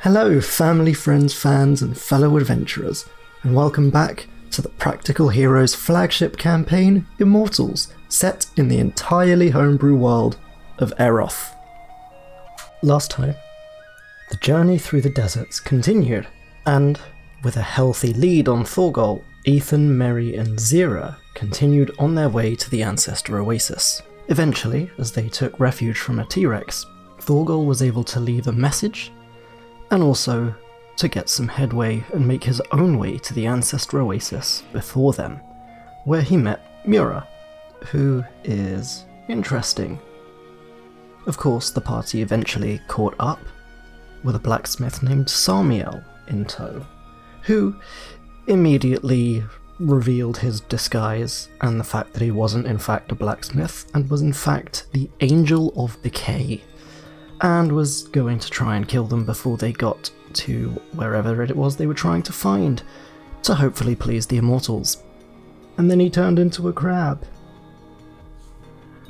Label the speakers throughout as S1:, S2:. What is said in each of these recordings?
S1: Hello, family, friends, fans, and fellow adventurers, and welcome back to the Practical Heroes flagship campaign, Immortals, set in the entirely homebrew world of Eroth. Last time, the journey through the deserts continued, and with a healthy lead on Thorgol, Ethan, Merry, and Zira continued on their way to the Ancestor Oasis. Eventually, as they took refuge from a T Rex, Thorgol was able to leave a message and also to get some headway and make his own way to the ancestor oasis before them, where he met Mura, who is interesting. Of course, the party eventually caught up with a blacksmith named Samiel in tow, who immediately revealed his disguise and the fact that he wasn't in fact a blacksmith and was in fact the angel of decay and was going to try and kill them before they got to wherever it was they were trying to find, to hopefully please the immortals. And then he turned into a crab.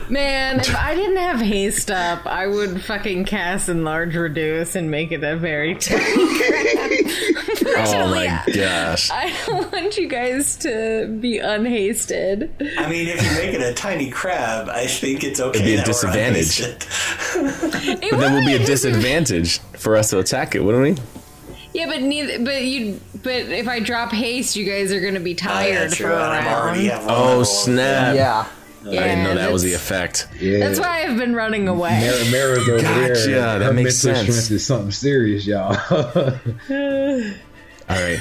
S2: Man, if I didn't have haste up, I would fucking cast enlarge reduce and make it a very. T-
S3: Oh my gosh.
S2: I don't want you guys to be unhasted.
S4: I mean, if you make it a tiny crab, I think it's okay.
S3: be a
S4: that we're
S3: disadvantage.
S4: unhasted.
S2: It
S3: But then we'll be a
S2: would.
S3: disadvantage for us to attack it, wouldn't we?
S2: Yeah, but neither. But you. But if I drop haste, you guys are gonna be
S4: Oh,
S2: tired
S4: yeah,
S2: for
S4: true.
S2: a
S4: And I'm already
S2: round.
S4: at one
S3: Oh
S4: level.
S3: snap.
S1: Yeah.
S2: Yeah,
S3: I didn't know that was the
S2: that's-
S3: effect.
S2: That's why I've been running away.
S5: Mara- Mara's over
S3: Gotcha,
S5: there.
S3: that
S5: Her
S3: makes
S5: mental
S3: sense.
S5: strength is something serious, y'all.
S3: All right.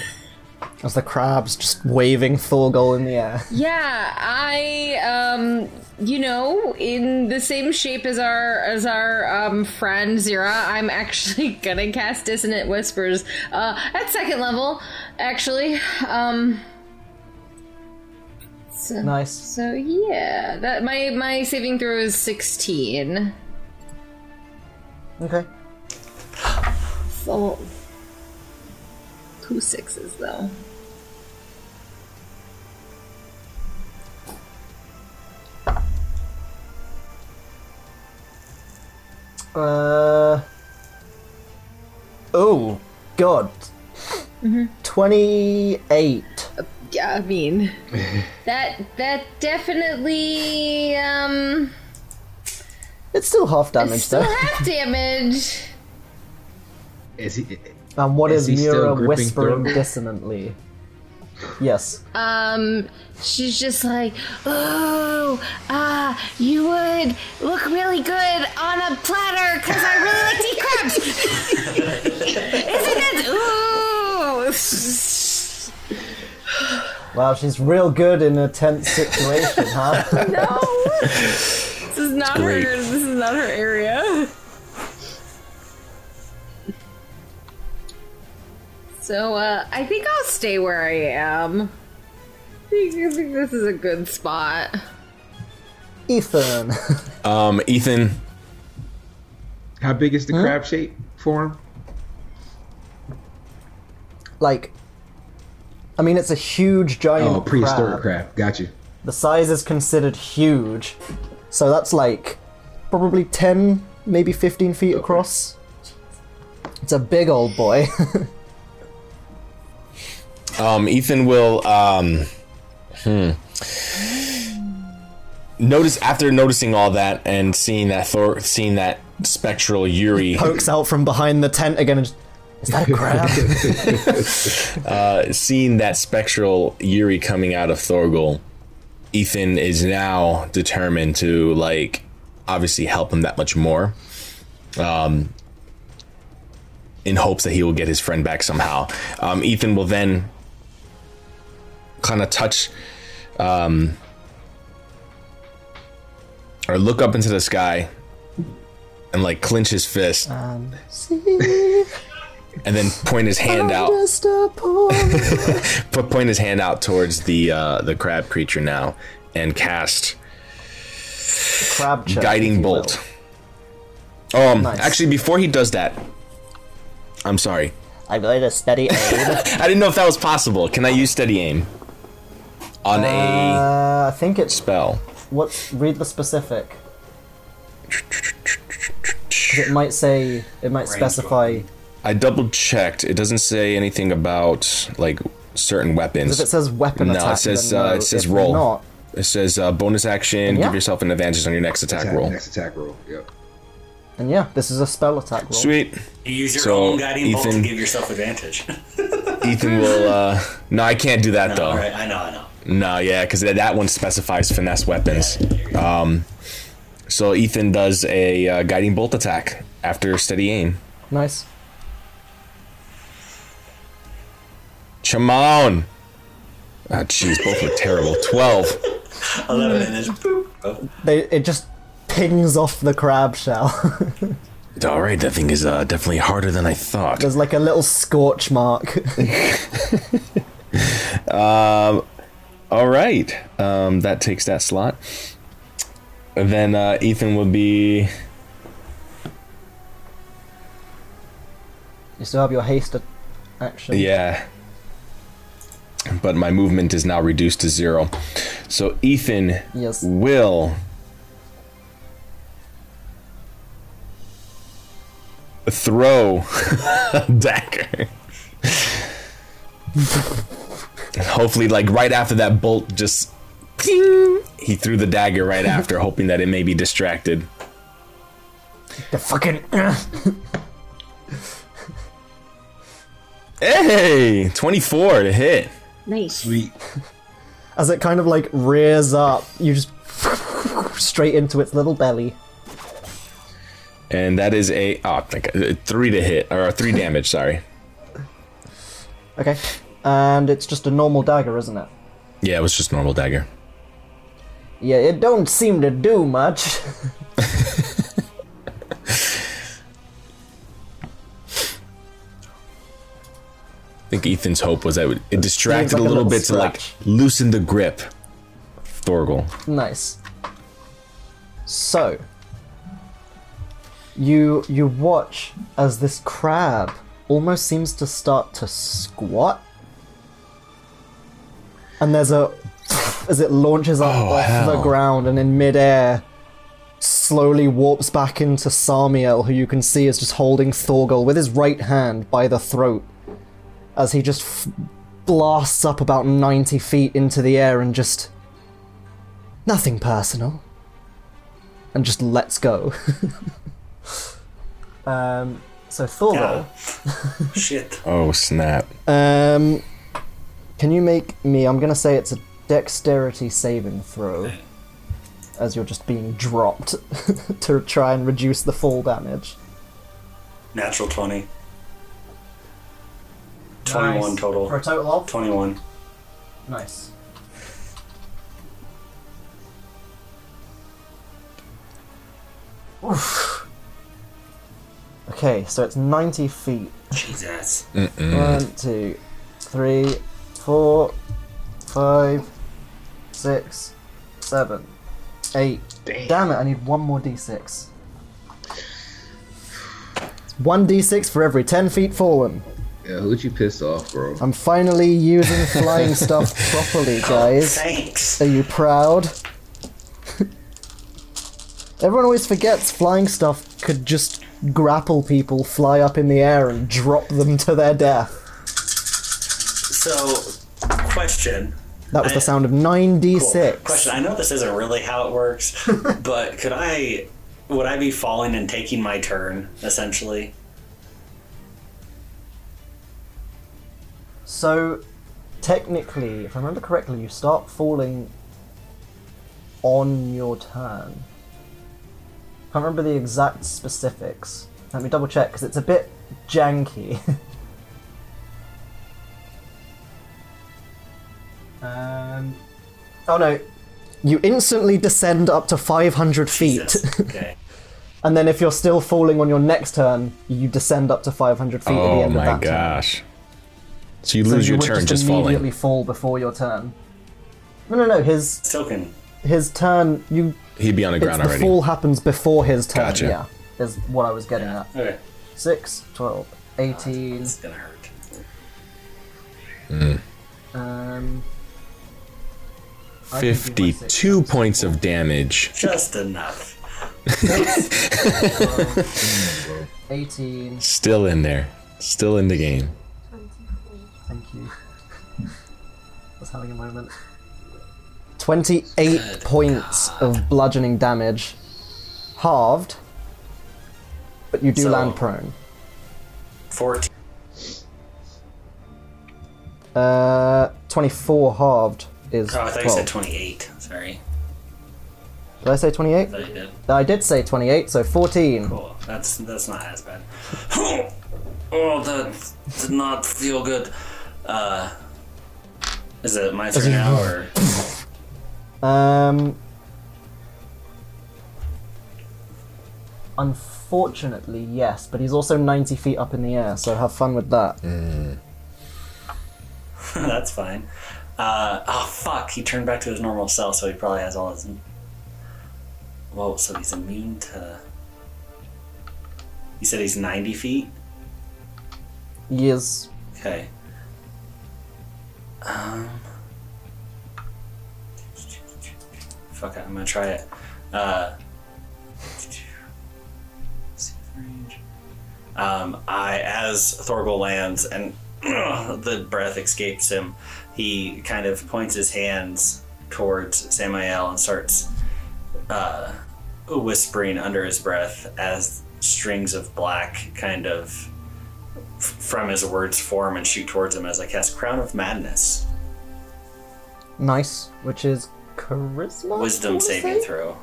S1: As the crab's just waving Thorgol in the air.
S2: Yeah, I um you know, in the same shape as our as our um friend Zira, I'm actually gonna cast Dissonant Whispers. Uh at second level, actually. Um so,
S1: Nice.
S2: so yeah, that my my saving throw is 16.
S1: Okay.
S2: So two sixes though.
S1: Uh. Oh, God. 28.
S2: Yeah, I mean that that definitely um
S1: It's still half damage,
S2: still
S1: though.
S2: half damage.
S5: Is he,
S1: And what
S5: Is
S1: is,
S5: he still
S1: Mira
S5: gripping
S1: whispering
S5: Thorgol?
S1: dissonantly? Yes.
S2: Um, she's just like, oh, ah, you would look really good on a platter because I really like to eat crabs. Isn't it? Ooh.
S1: Wow, she's real good in a tense situation, huh?
S2: No. This is not
S3: great.
S2: her. This is not her area. So, uh, I think I'll stay where I am. I think, I think this is a good spot.
S1: Ethan.
S3: Um, Ethan,
S5: how big is the
S2: Hmm?
S5: crab shape for him?
S1: like I mean it's a huge giant
S5: Oh, prehistoric
S1: crab.
S5: crab. Got you.
S1: The size is considered huge. So that's like probably 10, maybe 15 feet across. It's a big old boy.
S3: um, Ethan will um, hmm. Notice after noticing all that and seeing that Thor, seeing that spectral Yuri
S1: Pokes out from behind the tent again and just, Is that a crab?
S3: seeing that spectral Yuri coming out of Thorgol, Ethan is now determined to like obviously help him that much more. Um in hopes that he will get his friend back somehow. Um, Ethan will then kind of touch um, or look up into the sky and like clench his fist
S1: and see
S3: and then point his hand out.
S1: just a poor
S3: put point his hand out towards the uh, the crab creature now and cast
S1: crab church, if
S3: guiding
S1: you will.
S3: bolt. Um,
S1: Nice.
S3: actually, before he does that, I'm sorry.
S1: I'm going to steady aim.
S3: I didn't know if that was possible. Can I use steady aim on a
S1: uh, I think it's
S3: spell?
S1: what read the specific. 'Cause It might say it might specify
S3: I double checked. It doesn't say anything about like certain weapons.
S6: If it says weapon
S3: No,
S6: attack,
S3: it says
S6: then
S3: uh,
S6: no.
S3: it says
S6: If
S3: roll.
S6: Not,
S3: It says uh, bonus action.
S6: Yeah.
S3: Give yourself an advantage on your next attack,
S5: Attack,
S3: roll.
S5: Next attack roll. Yep.
S6: and yeah, this is a spell attack roll.
S3: Sweet.
S4: You use your
S3: So,
S4: own guiding bolt to
S3: Ethan-
S4: give yourself advantage.
S3: Ethan will. Uh, no, I can't do that though.
S4: All right, I know, I know.
S3: No, yeah, because that, that one specifies finesse weapons. Um, so Ethan does a uh, guiding bolt attack after steady aim.
S6: Nice.
S3: Chamon. Ah, jeez, both were terrible. Twelve.
S4: Eleven and it's boop. Oh,
S6: They it just pings off the crab shell.
S3: All right, that thing is uh, definitely harder than I thought.
S6: There's like a little scorch mark.
S3: All right, um, that takes that slot. And then uh, Ethan would be
S6: you still have your haste a- action.
S3: yeah, but my movement is now reduced to zero. So Ethan
S6: Yes.
S3: will throw a dagger. Hopefully, like right after that bolt, just ping, he threw the dagger right after, hoping that it may be distracted.
S6: The fucking
S3: Hey, 24 to hit.
S2: Nice.
S5: Sweet.
S6: as it kind of like rears up, you just straight into its little belly.
S3: And that is a oh, thank God, uh, three to hit or three damage. Sorry.
S6: Okay. And it's just a normal dagger, isn't it?
S3: Yeah, it was just normal dagger.
S6: Yeah, it don't seem to do much.
S3: I think Ethan's hope was that it, it distracted
S6: like
S3: a
S6: a
S3: little,
S6: little
S3: bit
S6: scratch.
S3: to like loosen the grip. Thorgal.
S6: Nice. So, you you watch as this crab almost seems to start to squat, and there's a as it launches up
S3: Oh,
S6: off the
S3: hell.
S6: ground and in midair, slowly warps back into Samiel, who you can see is just holding Thorgal with his right hand by the throat, as he just f- blasts up about ninety feet into the air and just nothing personal. And just let's go. um, so Thorvald,
S4: shit.
S3: Oh snap!
S6: um, can you make me? I'm gonna say it's a dexterity saving throw, as you're just being dropped to try and reduce the fall damage.
S4: Natural twenty. Twenty-one total.
S6: for a total of
S4: Twenty-one.
S6: nice. Oof. Okay, so it's 90 feet.
S4: Jesus.
S6: One, two, three, four, five, six, seven, eight. Damn, it, I need one more d6. It's One d6 for every 10 feet fallen.
S5: Yeah, who'd you piss off, bro?
S6: I'm finally using flying stuff properly, guys.
S4: Thanks.
S6: Are you proud? Everyone always forgets flying stuff could just grapple people, fly up in the air, and drop them to their death.
S4: So, question.
S6: That was
S4: I-
S6: the sound of 9d6.
S4: Question. I know this isn't really how it works, but could I? Would I be falling and taking my turn essentially?
S6: So, technically, if I remember correctly, you start falling on your turn. Can't remember the exact specifics. Let me double check because it's a bit janky. um, oh no. You instantly descend up to 500 feet,
S4: Yes. Okay.
S6: and then if you're still falling on your next turn, you descend up to 500 feet at the
S3: Oh
S6: end of
S3: my
S6: that turn.
S3: gosh! So you lose
S6: So
S3: your
S6: would
S3: turn just,
S6: immediately
S3: falling.
S6: fall before your turn. No, no, no. His
S4: Still can.
S6: his turn. You.
S3: He'd be on the
S6: It's,
S3: ground
S6: the
S3: already.
S6: fall happens before his turn.
S3: Gotcha.
S6: Yeah, is what I was getting at.
S4: Okay.
S6: 6, 12, 18.
S4: It's gonna hurt.
S6: Um, I can do my six.
S3: Fifty-two points of damage.
S4: Just enough.
S6: 18,
S3: Still in there. Still in the game.
S6: Thank you. I was having a moment. 28 points of bludgeoning damage. Halved. But you do
S4: So-
S6: land prone.
S4: 14.
S6: Uh, 24 halved is.
S4: Oh, I thought
S6: 12.
S4: you said 28. Sorry.
S6: Did I say 28?
S4: I thought you did.
S6: I did say 28, so 14.
S4: Cool. That's that's not as bad. oh, that did not feel good. Uh, is it my turn now or?
S6: Um. Unfortunately, yes, but he's also 90 feet up in the air, so have fun with that.
S4: That's fine. Uh, oh fuck! He turned back to his normal self, so he probably has all his. Whoa! So he's immune to. You said he's ninety feet.
S6: He is.
S4: Okay. Um. Fuck it. I'm gonna try it. Uh. see the range. Um, I, as Thorgal lands and the breath escapes him, he kind of points his hands towards Samael and starts uh, whispering under his breath as strings of black kind of f- from his words form and shoot towards him as I cast Crown of Madness.
S6: Nice, which is charisma. I
S4: Wisdom
S6: wanna
S4: saving
S6: say?
S4: throw.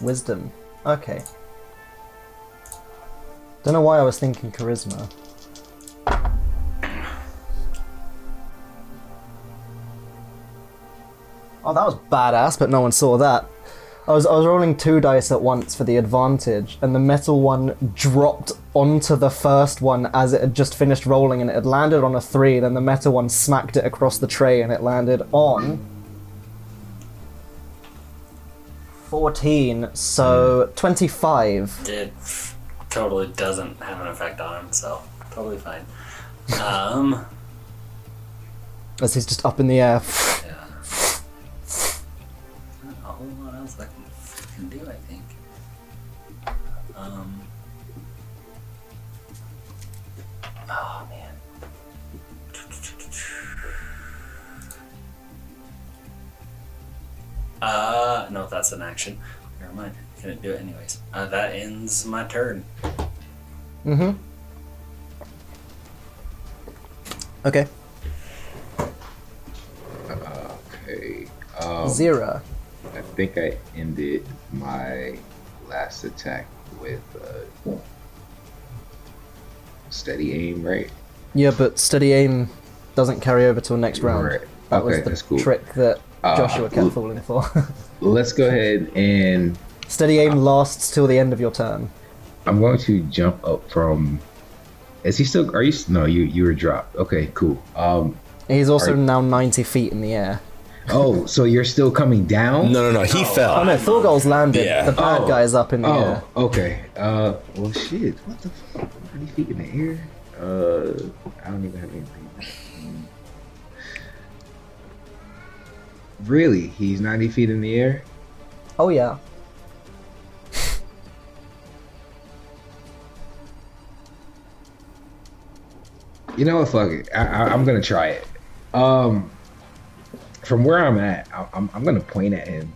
S6: Wisdom. Okay. Don't know why I was thinking charisma. Oh, that was badass, but no one saw that. I was, I was rolling two dice at once for the advantage, and the metal one dropped onto the first one as it had just finished rolling, and it had landed on a three. Then the metal one smacked it across the tray, and it landed on 14, so 25.
S4: It f- totally doesn't have an effect on him, so totally fine. Um,
S6: as he's just up in the air.
S4: yeah. Not a whole lot else I can fucking do, I think. Um. Oh man. Uh, no, that's an action. Never mind. Couldn't do it anyways. Uh, that ends my turn.
S6: Mm-hmm. Okay.
S5: Okay. Um,
S6: Zero.
S5: I think I ended my last attack with uh, steady aim, right?
S6: Yeah, but steady aim doesn't carry over till next round.
S5: Right.
S6: That
S5: Okay,
S6: was
S5: that's
S6: the
S5: cool.
S6: trick that
S5: Uh,
S6: Joshua kept
S5: oop.
S6: falling for.
S5: Let's go ahead and
S6: steady aim lasts till the end of your turn.
S5: I'm going to jump up from. Is he still? Are you? s- No, you you were dropped. Okay, cool. Um.
S6: He's also
S5: Are-
S6: now 90 feet in the air.
S5: Oh, so you're still coming down?
S3: No, no, no. He
S4: No.
S6: Oh
S3: fell.
S6: no, Thorgol's landed.
S3: Yeah.
S6: The bad
S5: Oh.
S6: guy's up in the air.
S5: Oh, okay. Uh, well, shit. What the fuck? 30 feet in the air? Uh, I don't even have anything. Really? He's 90 feet in the air?
S6: Oh yeah.
S5: You know what? Fuck it. I, I, I'm gonna try it. Um, from where I'm at, I, I'm, I'm gonna point at him,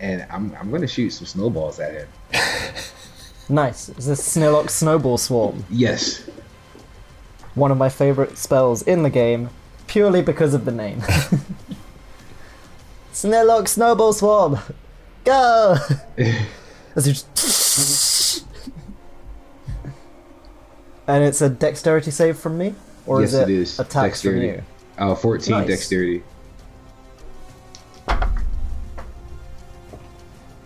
S5: and I'm, I'm gonna shoot some snowballs at him.
S6: Nice. Is this Snilox Snowball Swarm?
S5: Yes.
S6: One of my favorite spells in the game, purely because of the name. Snilox Snowball Swarm! Go! As you just- and it's a dexterity save from me? Or
S5: yes,
S6: is it,
S5: it is.
S6: attacks
S5: dexterity.
S6: from you?
S5: Uh, 14
S6: Nice.
S5: dexterity.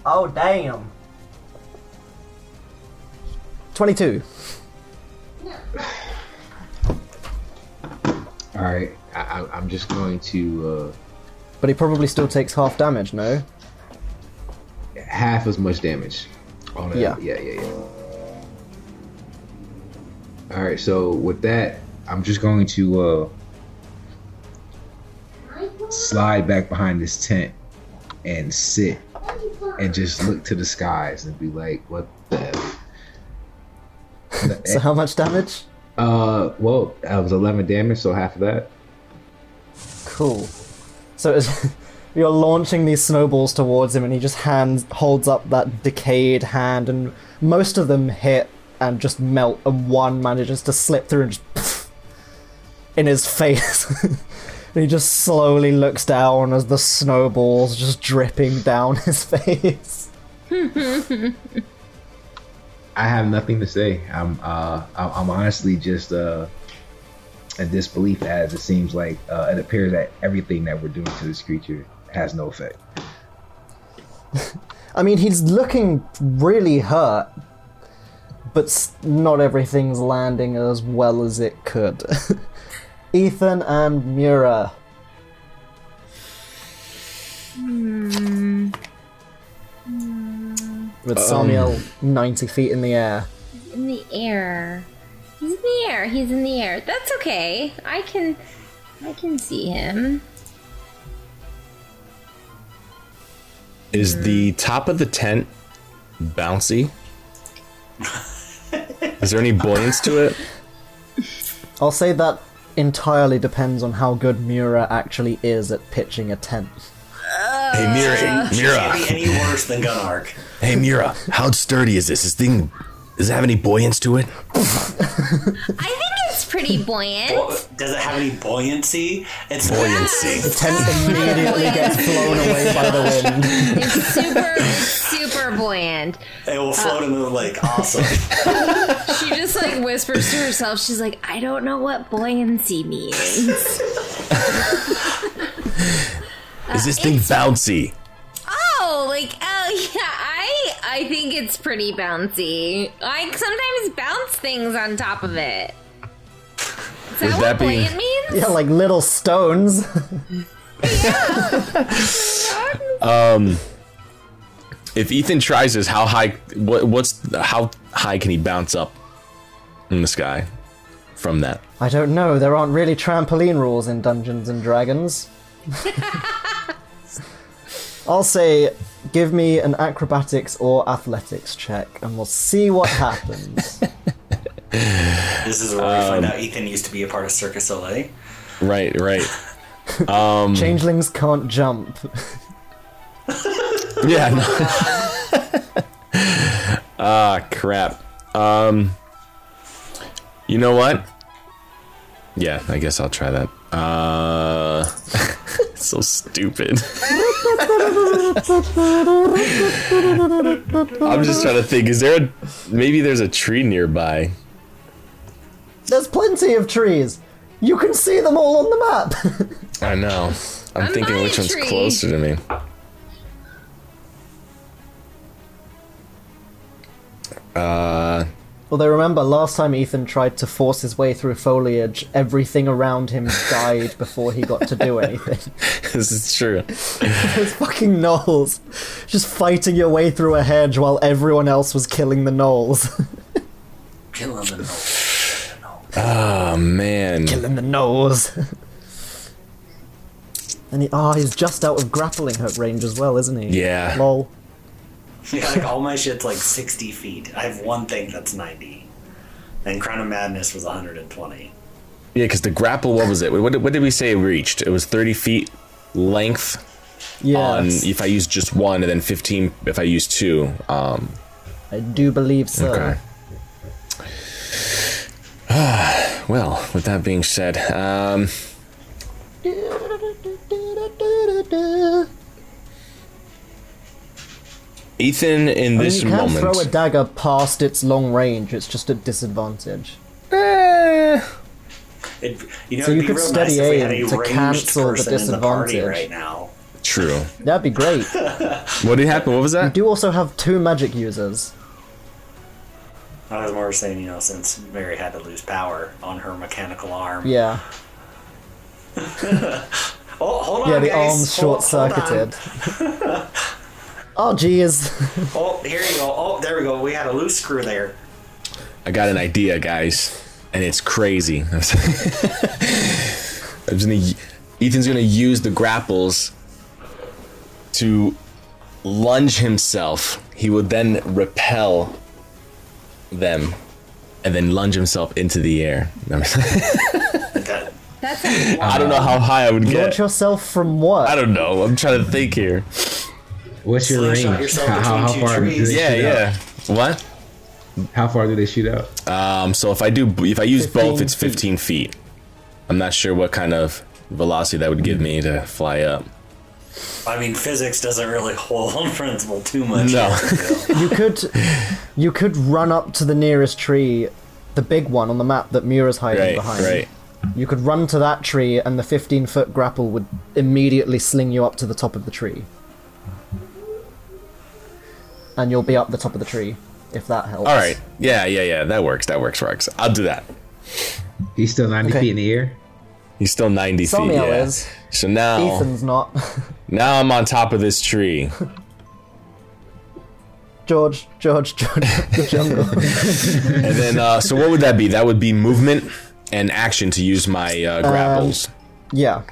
S6: Oh, damn! 22.
S5: All right. I, I, I'm just going to
S6: But he probably still takes half damage,
S5: uh,
S6: no?
S5: half as much damage. On it.
S6: Yeah.
S5: Yeah. Yeah. Yeah. All right. So with that, I'm just going to uh, slide back behind this tent and sit and just look to the skies and be like, "What the?"
S6: So how much damage?
S5: Uh, well, that was 11 damage, so half of that.
S6: Cool. So as you're launching these snowballs towards him, and he just hands holds up that decayed hand, and most of them hit and just melt, and one manages to slip through and just pff, in his face. and he just slowly looks down as the snowballs just dripping down his face.
S5: I have nothing to say. I'm uh, I'm I'm honestly just uh, in disbelief as it seems like uh, it appears that everything that we're doing to this creature has no effect.
S6: I mean, he's looking really hurt, but s- not everything's landing as well as it could. Ethan and Mura. With Samuel 90 feet in the air.
S2: in the air. He's in the air. He's in the air. That's okay. I can, I can see him.
S3: Is the top of the tent bouncy? Is there any buoyance to it?
S6: I'll say that entirely depends on how good Mura actually is at pitching a tent.
S3: Hey Mira,
S4: Can't be any worse than Gunark.
S3: Hey Mira, how sturdy is this? This thing does it have any buoyance to it?
S2: I think it's pretty buoyant.
S4: Well, Does it have any buoyancy? It's
S3: Buoyancy.
S6: The tent immediately gets blown away by the wind.
S2: It's super, it's super buoyant.
S4: It will float into the lake. Awesome.
S2: She just like whispers to herself. She's like, I don't know what buoyancy means.
S3: Is this thing bouncy?
S2: Oh, like oh yeah, I I think it's pretty bouncy. I sometimes bounce things on top of it. Is that
S3: Would
S2: what
S3: that be-
S2: buoyant means?
S6: Yeah, like little stones.
S3: If Ethan tries this, how high? What, what's how high can he bounce up in the sky from that?
S6: I don't know. There aren't really trampoline rules in Dungeons and Dragons. I'll say, give me an acrobatics or athletics check, and we'll see what happens.
S4: this is where we find out Ethan used to be a part of Circus LA.
S3: Right, right.
S6: Changelings can't jump.
S3: Yeah. no. Ah, crap. Um, you know what? Yeah, I guess I'll try that. Uh, so stupid. I'm just trying to think. Is there a maybe there's a tree nearby?
S6: There's plenty of trees. You can see them all on the map.
S3: I know. I'm,
S2: I'm
S3: thinking
S2: by
S3: which
S2: a
S3: one's
S2: tree.
S3: closer to me.
S6: Although remember, last time Ethan tried to force his way through foliage, everything around him died before he got to do anything.
S3: this is true.
S6: Those fucking gnolls. Just fighting your way through a hedge while everyone else was killing the gnolls.
S4: Kill him. and-
S3: Oh man.
S6: in the nose. and he, oh, he's just out of grappling hook range as well, isn't he?
S3: Yeah.
S6: Lol.
S4: Yeah, like all my shit's like 60 feet. I have one thing that's 90. And Crown of Madness was 120.
S3: Yeah, because the grapple, what was it? What, did- what did we say it reached? It was 30 feet length
S6: Yeah.
S3: on if I use just one, and then 15 if I use two. Um,
S6: I do believe so.
S3: okay. well, with that being said, um, Ethan in
S6: I mean,
S3: this
S6: you can
S3: moment.
S6: throw a dagger past its long range, it's just a disadvantage.
S4: It, you know,
S6: So
S4: it'd
S6: you
S4: be
S6: could
S4: real nice
S6: steady
S4: if we
S6: aim
S4: had a
S6: to
S4: ranged
S6: cancel the
S4: person in the party
S6: disadvantage.
S4: right now.
S3: True.
S6: That'd be great.
S3: What did happen? What was that?
S6: do also have two magic users.
S4: I was more saying, you know, since Mary had to lose power on her mechanical arm.
S6: Yeah.
S4: Oh, hold on,
S6: Yeah, the
S4: guys.
S6: arm's
S4: Hold- hold
S6: short
S4: on.
S6: circuited. oh, jeez.
S4: Oh, here you go. Oh, there we go. We had a loose screw there.
S3: I got an idea, guys, and it's crazy. I'm just gonna, Ethan's gonna use the grapples to lunge himself. He will then repel them and then lunge himself into the air.
S4: That,
S2: That's a
S3: I don't know how high I would
S6: Launch
S3: get.
S6: yourself from what?
S3: I don't know. I'm trying to think here.
S5: What's your
S4: Slingshot
S5: range?
S4: yourself
S5: How, how,
S4: between
S5: how
S4: two
S5: far? do they
S4: trees.
S5: shoot
S3: Yeah,
S5: out?
S3: yeah. What?
S5: How far do they shoot out?
S3: Um, so if I do, if I use
S6: 15
S3: both, it's 15 feet. I'm not sure what kind of velocity that would give me to fly up.
S4: I mean, physics doesn't really hold on principle too much.
S3: No.
S6: You could, you could run up to the nearest tree, the big one on the map that Mura's hiding
S3: Right,
S6: behind.
S3: right.
S6: You could run to that tree, and the 15 foot grapple would immediately sling you up to the top of the tree. And you'll be up the top of the tree, if that helps.
S3: All right. Yeah, yeah, yeah. That works. That works. Works. I'll do that.
S5: He's still 90
S6: Okay.
S5: feet in the air.
S3: He's still 90 feet.
S6: Somiel
S3: Yeah.
S6: is.
S3: So now,
S6: Ethan's not.
S3: now I'm on top of this tree.
S6: George, George, George, of the jungle.
S3: And then, uh, so what would that be? That would be movement and action to use my
S6: Um,
S3: uh, grapples
S6: yeah.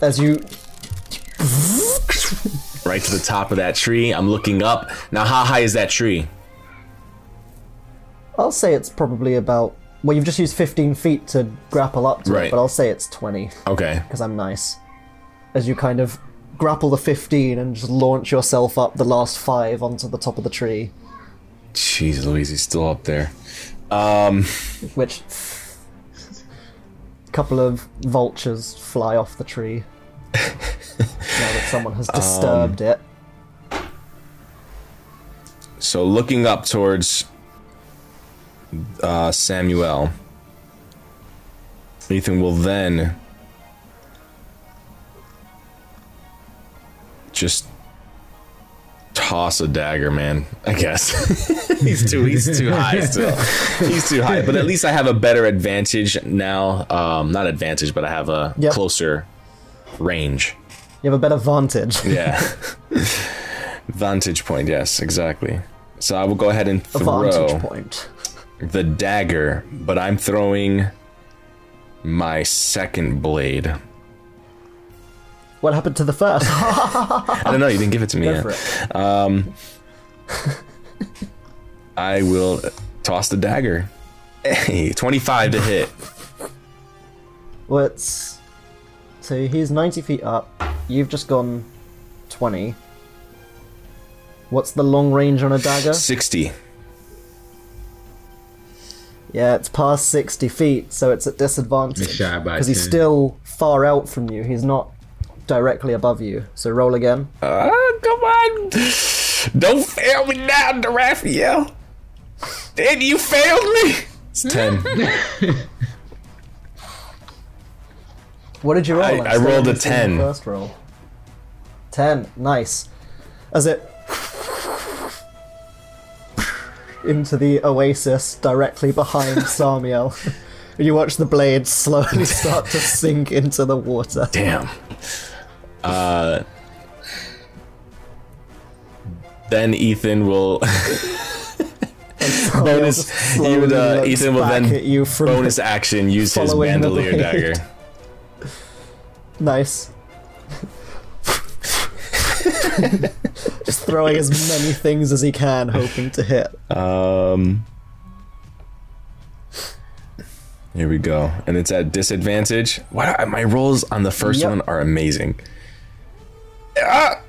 S6: As you.
S3: right to the top of that tree. I'm looking up. Now, how high is that tree?
S6: I'll say it's probably about. Well, you've just used 15 feet to grapple up to
S3: Right.
S6: it, but I'll say it's 20,
S3: Okay.
S6: because I'm nice. As you kind of grapple the 15 and just launch yourself up the last five onto the top of the tree,
S3: Jeez Louise, he's still up there.
S6: which. A couple of vultures fly off the tree. now that someone has disturbed it.
S3: So looking up towards uh, Samuel, Ethan will then just toss a dagger, man. I guess he's too he's too high still. He's too high, but at least I have a better advantage now. Um, not advantage, but I have a
S6: Yep.
S3: closer range.
S6: You have a better vantage.
S3: Yeah. Vantage point, yes, exactly. So I will go ahead and
S6: A vantage
S3: throw
S6: point.
S3: the dagger, but I'm throwing my second blade.
S6: What happened to the first?
S3: I don't know, you didn't give it to me
S6: Go
S3: yet.
S6: for it.
S3: I will toss the dagger. Hey, 25 to hit.
S6: Well, it's. So he's 90 feet up. You've just gone 20. What's the long range on a dagger?
S3: 60.
S6: Yeah, it's past 60 feet, so it's at disadvantage.
S5: He's shy by
S6: Because he's
S5: 10.
S6: still far out from you. He's not directly above you. So roll again.
S3: Oh, come on. Don't fail me now, Duraphiel. Damn, you failed me. It's 10.
S6: What did you roll?
S3: I-
S6: I'm
S3: I
S6: still
S3: rolled a
S6: only seeing
S3: 10.
S6: the First roll. 10. Nice. As it. Into the oasis directly behind Samiel. you watch the blade slowly start to sink into the water.
S3: Damn. Uh, then Ethan will
S6: Samiel
S3: bonus.
S6: just
S3: He would,
S6: slowly
S3: uh,
S6: looks
S3: Ethan will
S6: back
S3: then
S6: at you from
S3: bonus action use his
S6: Following the
S3: bandolier
S6: blade.
S3: dagger.
S6: Nice. Just throwing as many things as he can, hoping to hit.
S3: Um, here we go, and it's at disadvantage. What are, my rolls on the first
S6: Yep.
S3: one are amazing. Ah,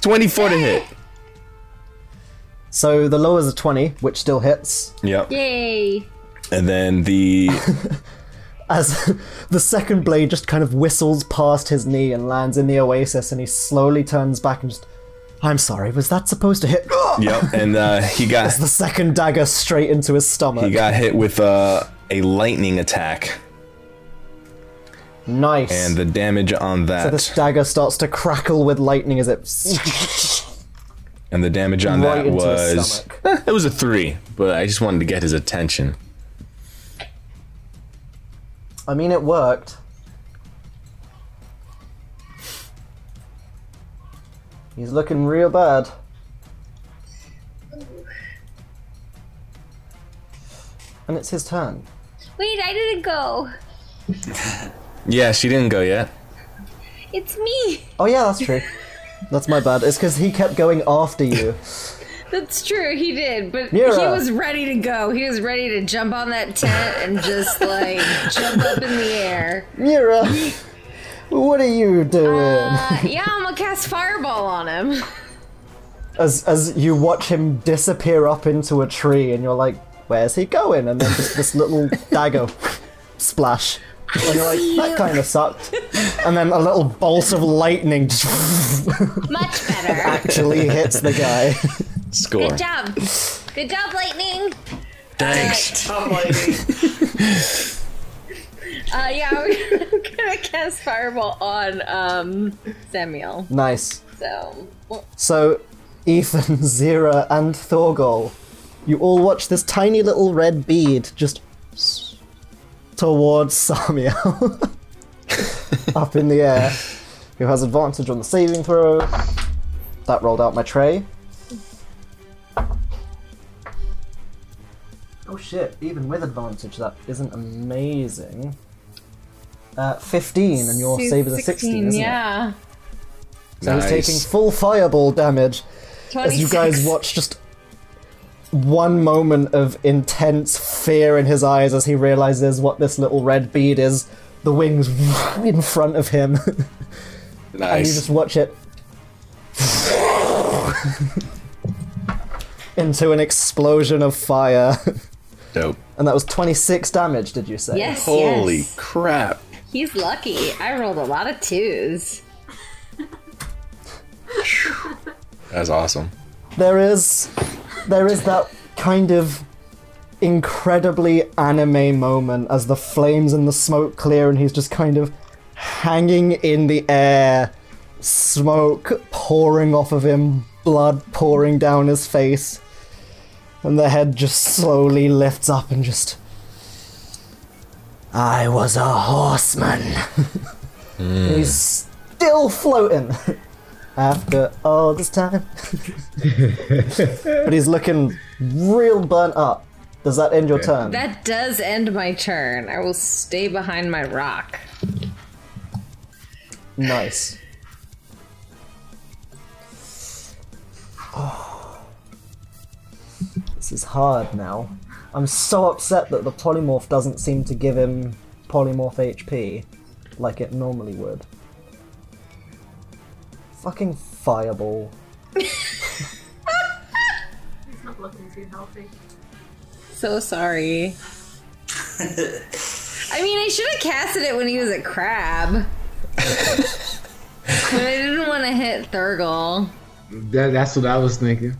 S3: twenty-four to hit.
S6: So the low is a 20, which still hits.
S3: Yep.
S2: yay.
S3: And then the
S6: as the second blade just kind of whistles past his knee and lands in the oasis and he slowly turns back and just I'm sorry, was that supposed to hit
S3: yep, and uh, he got
S6: the second dagger straight into his stomach?
S3: he got hit with uh, a lightning attack.
S6: nice.
S3: And the damage on
S6: so
S3: that,
S6: this dagger starts to crackle with lightning as it
S3: and the damage on
S6: right
S3: that
S6: into his
S3: was
S6: stomach.
S3: it was a three, but I just wanted to get his attention.
S6: I mean, it worked. He's looking real bad. And it's his turn.
S7: Wait, I didn't go.
S3: Yeah, she didn't go yet.
S7: It's me.
S6: Oh yeah, that's true. That's my bad. It's because he kept going after you.
S2: That's true, he did, but he
S6: Mira.
S2: was ready to go. He was ready to jump on that tent and just like jump up in the air.
S6: Mira, what are you doing?
S2: Uh, yeah, I'm gonna cast fireball on him.
S6: As as you watch him disappear up into a tree, and you're like, "Where's he going?" And then just this little dagger splash, and you're like, "That kind of sucked." And then a little bolt of lightning just
S7: Much better.
S6: actually hits the guy.
S3: Score.
S7: Good job. Good job, Lightning.
S3: Thanks.
S4: Tom Lightning.
S2: Uh, yeah, I'm gonna cast fireball on um Samuel.
S6: Nice.
S2: So well,
S6: So, Ethan, Zira, and Thorgol, you all watch this tiny little red bead just s- towards Samiel up in the air, who has advantage on the saving throw. That rolled out my tray. Oh shit, even with advantage, that isn't amazing. Uh, 15, and your save is a 16, isn't it?
S2: yeah.
S6: So he's taking
S3: Nice.
S6: full fireball damage as
S2: 26.
S6: you guys watch just one moment of intense fear in his eyes as he realizes what this little red bead is. The wings in front of him, and you
S3: Nice.
S6: just watch it into an explosion of fire.
S3: Dope.
S6: And that was 26 damage, did you say?
S2: Yes,
S3: Holy
S2: yes.
S3: crap.
S2: He's lucky. I rolled a lot of twos.
S3: That's awesome.
S6: there is there is that kind of incredibly anime moment as the flames and the smoke clear and he's just kind of hanging in the air smoke pouring off of him blood pouring down his face and the head just slowly lifts up and just I was a horseman. He's still floating after all this time but he's looking real burnt up. Does that end your turn?
S2: That does end my turn. I will stay behind my rock.
S6: nice. Oh. This is hard now. I'm so upset that the polymorph doesn't seem to give him polymorph HP like it normally would. Fucking fireball.
S8: He's not looking too healthy.
S2: So sorry. I mean, I should have casted it when he was a crab. but I didn't want to hit Thurgle.
S5: That, that's what I was thinking.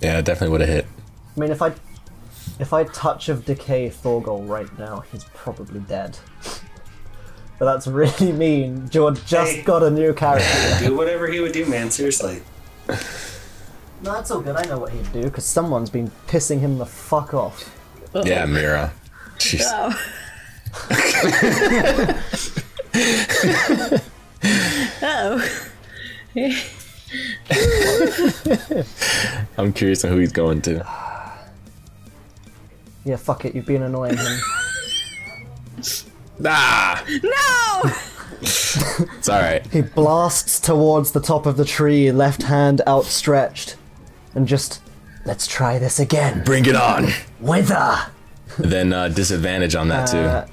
S3: Yeah, definitely would have hit.
S6: I mean, if I if I touch of decay Thorgol right now, he's probably dead. but that's really mean. George just
S4: Hey.
S6: got a new character.
S4: do whatever he would do, man. Seriously.
S6: no, that's all good. I know what he'd do because someone's been pissing him the fuck off.
S3: Yeah, Mira. Jeez.
S2: Oh. oh.
S3: I'm curious on who he's going to.
S6: Yeah, fuck it. You've been annoying him.
S3: Nah,
S2: No!
S3: Ah. it's all right.
S6: He blasts towards the top of the tree, left hand outstretched, and just let's try this again.
S3: Bring it on.
S6: Wither.
S3: Then uh, disadvantage on that
S6: Uh,
S3: too.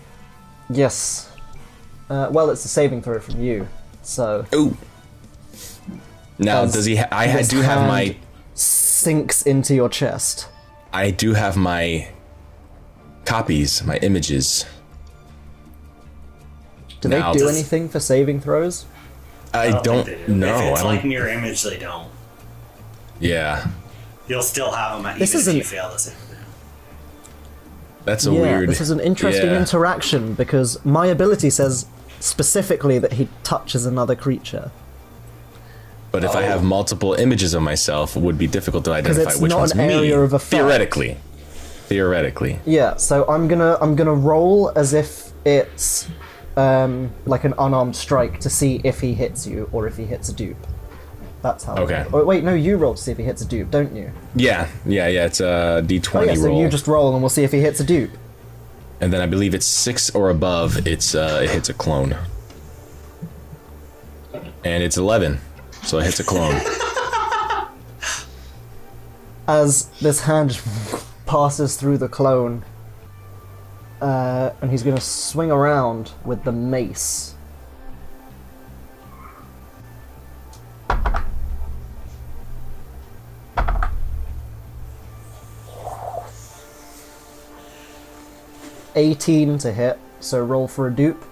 S6: Yes. Uh, well, it's a saving throw from you, so
S3: Ooh. Now
S6: does
S3: does he? Ha- I ha-
S6: his
S3: do have my.
S6: hand- sinks into your chest.
S3: I do have my copies, my images.
S6: Do they
S3: Now
S6: do
S3: does-
S6: anything for saving throws?
S3: I don't,
S4: think they do.
S3: know.
S4: Oh, If it's
S3: I
S4: like
S3: don't,
S4: mirror image, they don't.
S3: yeah,
S4: You'll still have them
S6: This
S4: even if you
S6: isn't-
S4: fail this.
S3: that's a
S6: yeah,
S3: weird.
S6: this is an interesting
S3: yeah.
S6: interaction because my ability says specifically that he touches another creature
S3: But if I have multiple images of myself, it would be difficult to
S6: Oh. because
S3: identify
S6: it's
S3: which
S6: not
S3: one's
S6: an
S3: me.
S6: area of effect.
S3: Theoretically, theoretically,
S6: Yeah, so I'm gonna I'm gonna roll as if it's um, like an unarmed strike to see if he hits you or if he hits a dupe. That's how.
S3: Okay.
S6: Oh wait, no, you roll to see if he hits a dupe, don't you?
S3: yeah, yeah, yeah. It's a D
S6: Oh,
S3: twenty
S6: yeah, so
S3: roll,
S6: you just roll and we'll see if he hits a dupe.
S3: and then I believe it's six or above. It's uh, it hits a clone, and it's eleven, so it hits a clone.
S6: as this hand passes through the clone, uh, and he's going to swing around with the mace. Eighteen to hit, so roll for a dupe.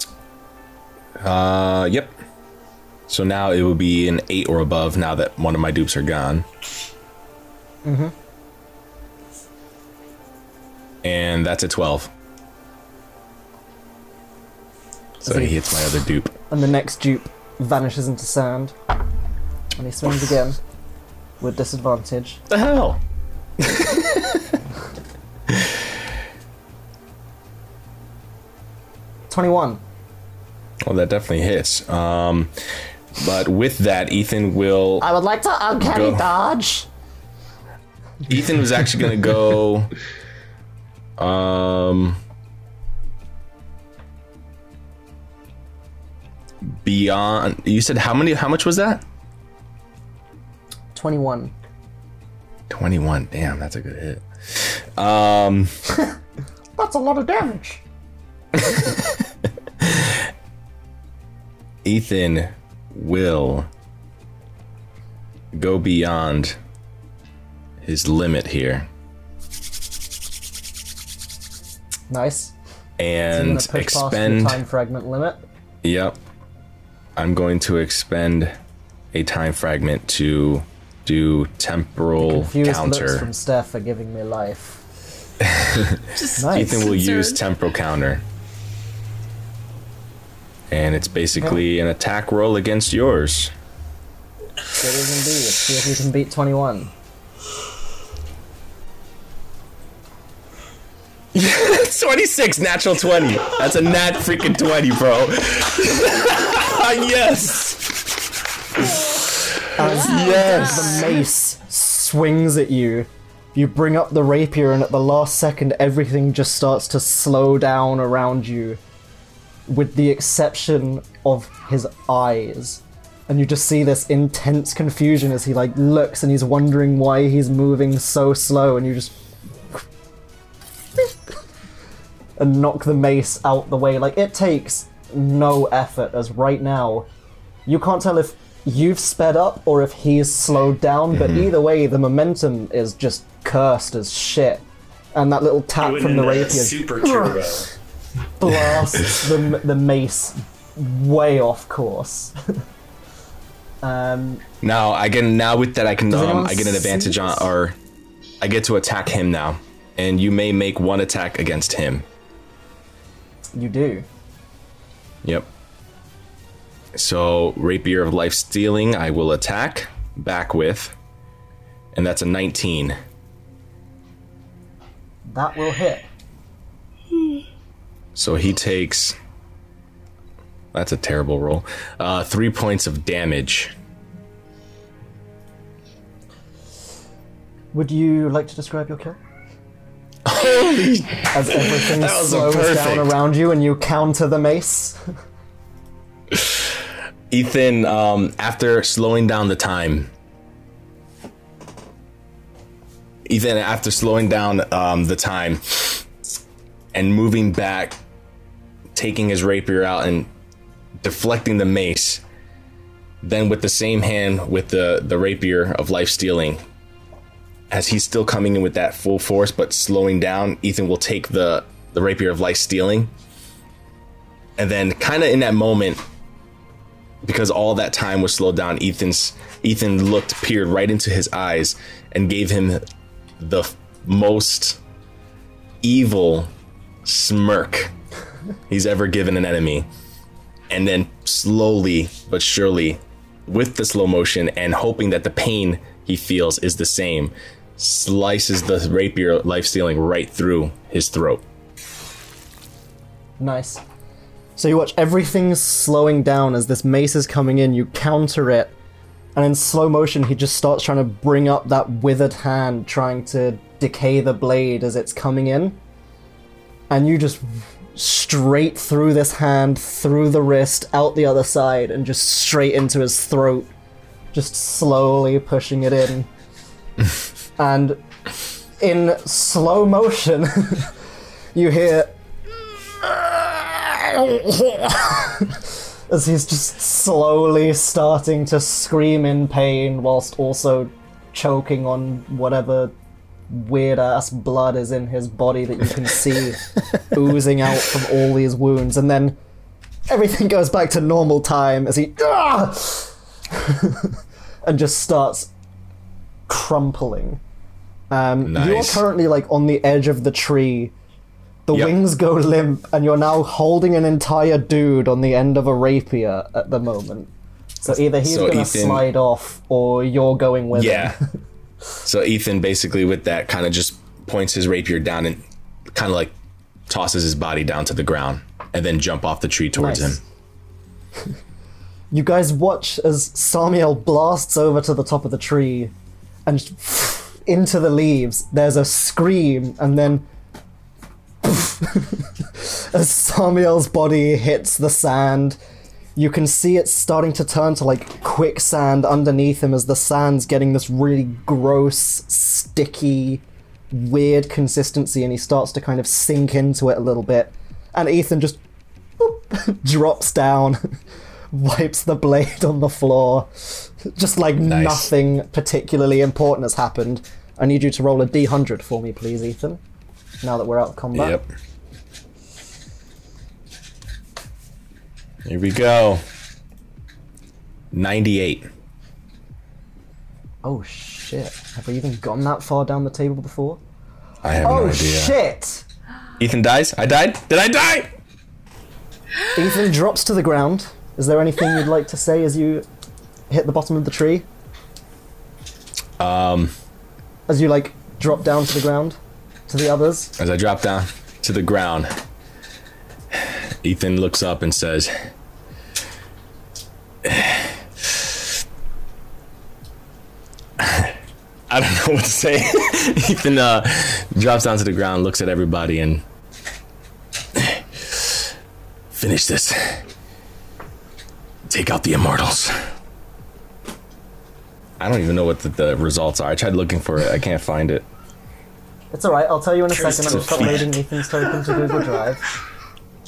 S3: Uh, yep. So now it would be an eight or above. Now that one of my dupes are gone. Mm-hmm. And that's a twelve. So he hits my other dupe.
S6: and the next dupe vanishes into sand. And he swings again with disadvantage.
S3: the hell?
S6: Twenty-one.
S3: Well, that definitely hits. Um, but with that, Ethan will.
S6: I would like to uncanny
S3: Go.
S6: dodge.
S3: Ethan was actually gonna go. Um. Beyond, you said how many? How much was that?
S6: Twenty-one.
S3: Twenty-one. Damn, that's a good hit. Um,
S6: That's a lot of damage.
S3: Ethan will go beyond his limit here
S6: Nice. I'm
S3: and
S6: gonna push
S3: expend.
S6: past the time fragment limit.
S3: Yep. I'm going to expend a time fragment to do temporal
S6: Fewest looks
S3: counter.
S6: from Steph for giving me life.
S2: Just
S6: Nice.
S3: Ethan will use
S2: concerned.
S3: temporal counter. And it's basically an attack roll against yours.
S6: It is indeed. See if you can beat twenty-one.
S3: It's 26, natural 20. That's a nat freaking 20, bro. yes.
S6: Ah, Yes. The mace swings at you. You bring up the rapier, and at the last second, everything just starts to slow down around you, with the exception of his eyes. And you just see this intense confusion as he like looks and he's wondering why he's moving so slow, and you just and knock the mace out the way. Like it takes no effort, as right now you can't tell if you've sped up or if he's slowed down, but either way, the momentum is just cursed as shit. And that little tap
S4: Doing
S6: from the
S4: in a
S6: rapier
S4: super turbo.
S6: blasts the, the mace way off course. um,
S3: Now I get now with that I can um,
S6: anyone
S3: I get an
S6: see
S3: advantage on
S6: this?
S3: or I get to attack him now. And you may make one attack against him.
S6: you do.
S3: Yep. So rapier of life stealing, I will attack back with, and that's a 19.
S6: That will hit.
S3: So he takes. That's a terrible roll. Uh, three points of damage.
S6: Would you like to describe your kill? As everything
S3: was
S6: slows down
S3: perfect.
S6: around you and you counter the mace.
S3: Ethan, um, after slowing down the time, Ethan, after slowing down um, the time and moving back, taking his rapier out and deflecting the mace, then with the same hand with the, the rapier of life stealing, as he's still coming in with that full force but slowing down, Ethan will take the, the rapier of life stealing. And then, kind of in that moment, because all that time was slowed down ethan's ethan looked peered right into his eyes and gave him the f- most evil smirk he's ever given an enemy and then slowly but surely with the slow motion and hoping that the pain he feels is the same slices the rapier life stealing right through his throat
S6: Nice. So you watch everything slowing down as this mace is coming in, you counter it, and in slow motion he just starts trying to bring up that withered hand, trying to decay the blade as it's coming in. And you just straight through this hand, through the wrist, out the other side, and just straight into his throat. Just slowly pushing it in. and in slow motion, you hear as he's just slowly starting to scream in pain whilst also choking on whatever weird ass blood is in his body that you can see oozing out from all these wounds and then everything goes back to normal time as he and just starts crumpling um, you're
S3: Nice.
S6: currently like on the edge of the tree the
S3: Yep.
S6: wings go limp and you're now holding an entire dude on the end of a rapier at the moment so either he's
S3: So
S6: gonna
S3: Ethan-
S6: slide off or you're going with him
S3: Yeah. so Ethan basically with that kind of just points his rapier down and kind of like tosses his body down to the ground and then jump off the tree towards
S6: Nice.
S3: him.
S6: You guys watch as Samiel blasts over to the top of the tree and into the leaves. There's a scream, and then as Samiel's body hits the sand, you can see it's starting to turn to like quicksand underneath him as the sand's getting this really gross, sticky, weird consistency, and he starts to kind of sink into it a little bit. And Ethan just boop, drops down wipes the blade on the floor. Just like
S3: Nice.
S6: nothing particularly important has happened. I need you to roll a d100 for me, please, Ethan. Now that we're out of combat.
S3: Yep. Here we go. 98.
S6: Oh shit. Have we even gone that far down the table before?
S3: I have
S6: Oh
S3: no idea.
S6: shit!
S3: Ethan dies. I died. Did I die?
S6: Ethan drops to the ground. Is there anything you'd like to say as you hit the bottom of the tree? Um.
S3: Um.
S6: As you like drop down to the ground to the others?
S3: As I drop down to the ground, Ethan looks up and says, I don't know what to say. Ethan uh, drops down to the ground, looks at everybody, and finish this. Take out the immortals. I don't even know what the, the results are. I tried looking for it, I can't find it.
S6: It's alright, I'll tell you in a
S4: Curse
S6: second.
S4: to
S6: I'm just
S4: the feet.
S6: uploading Ethan's token to Google Drive.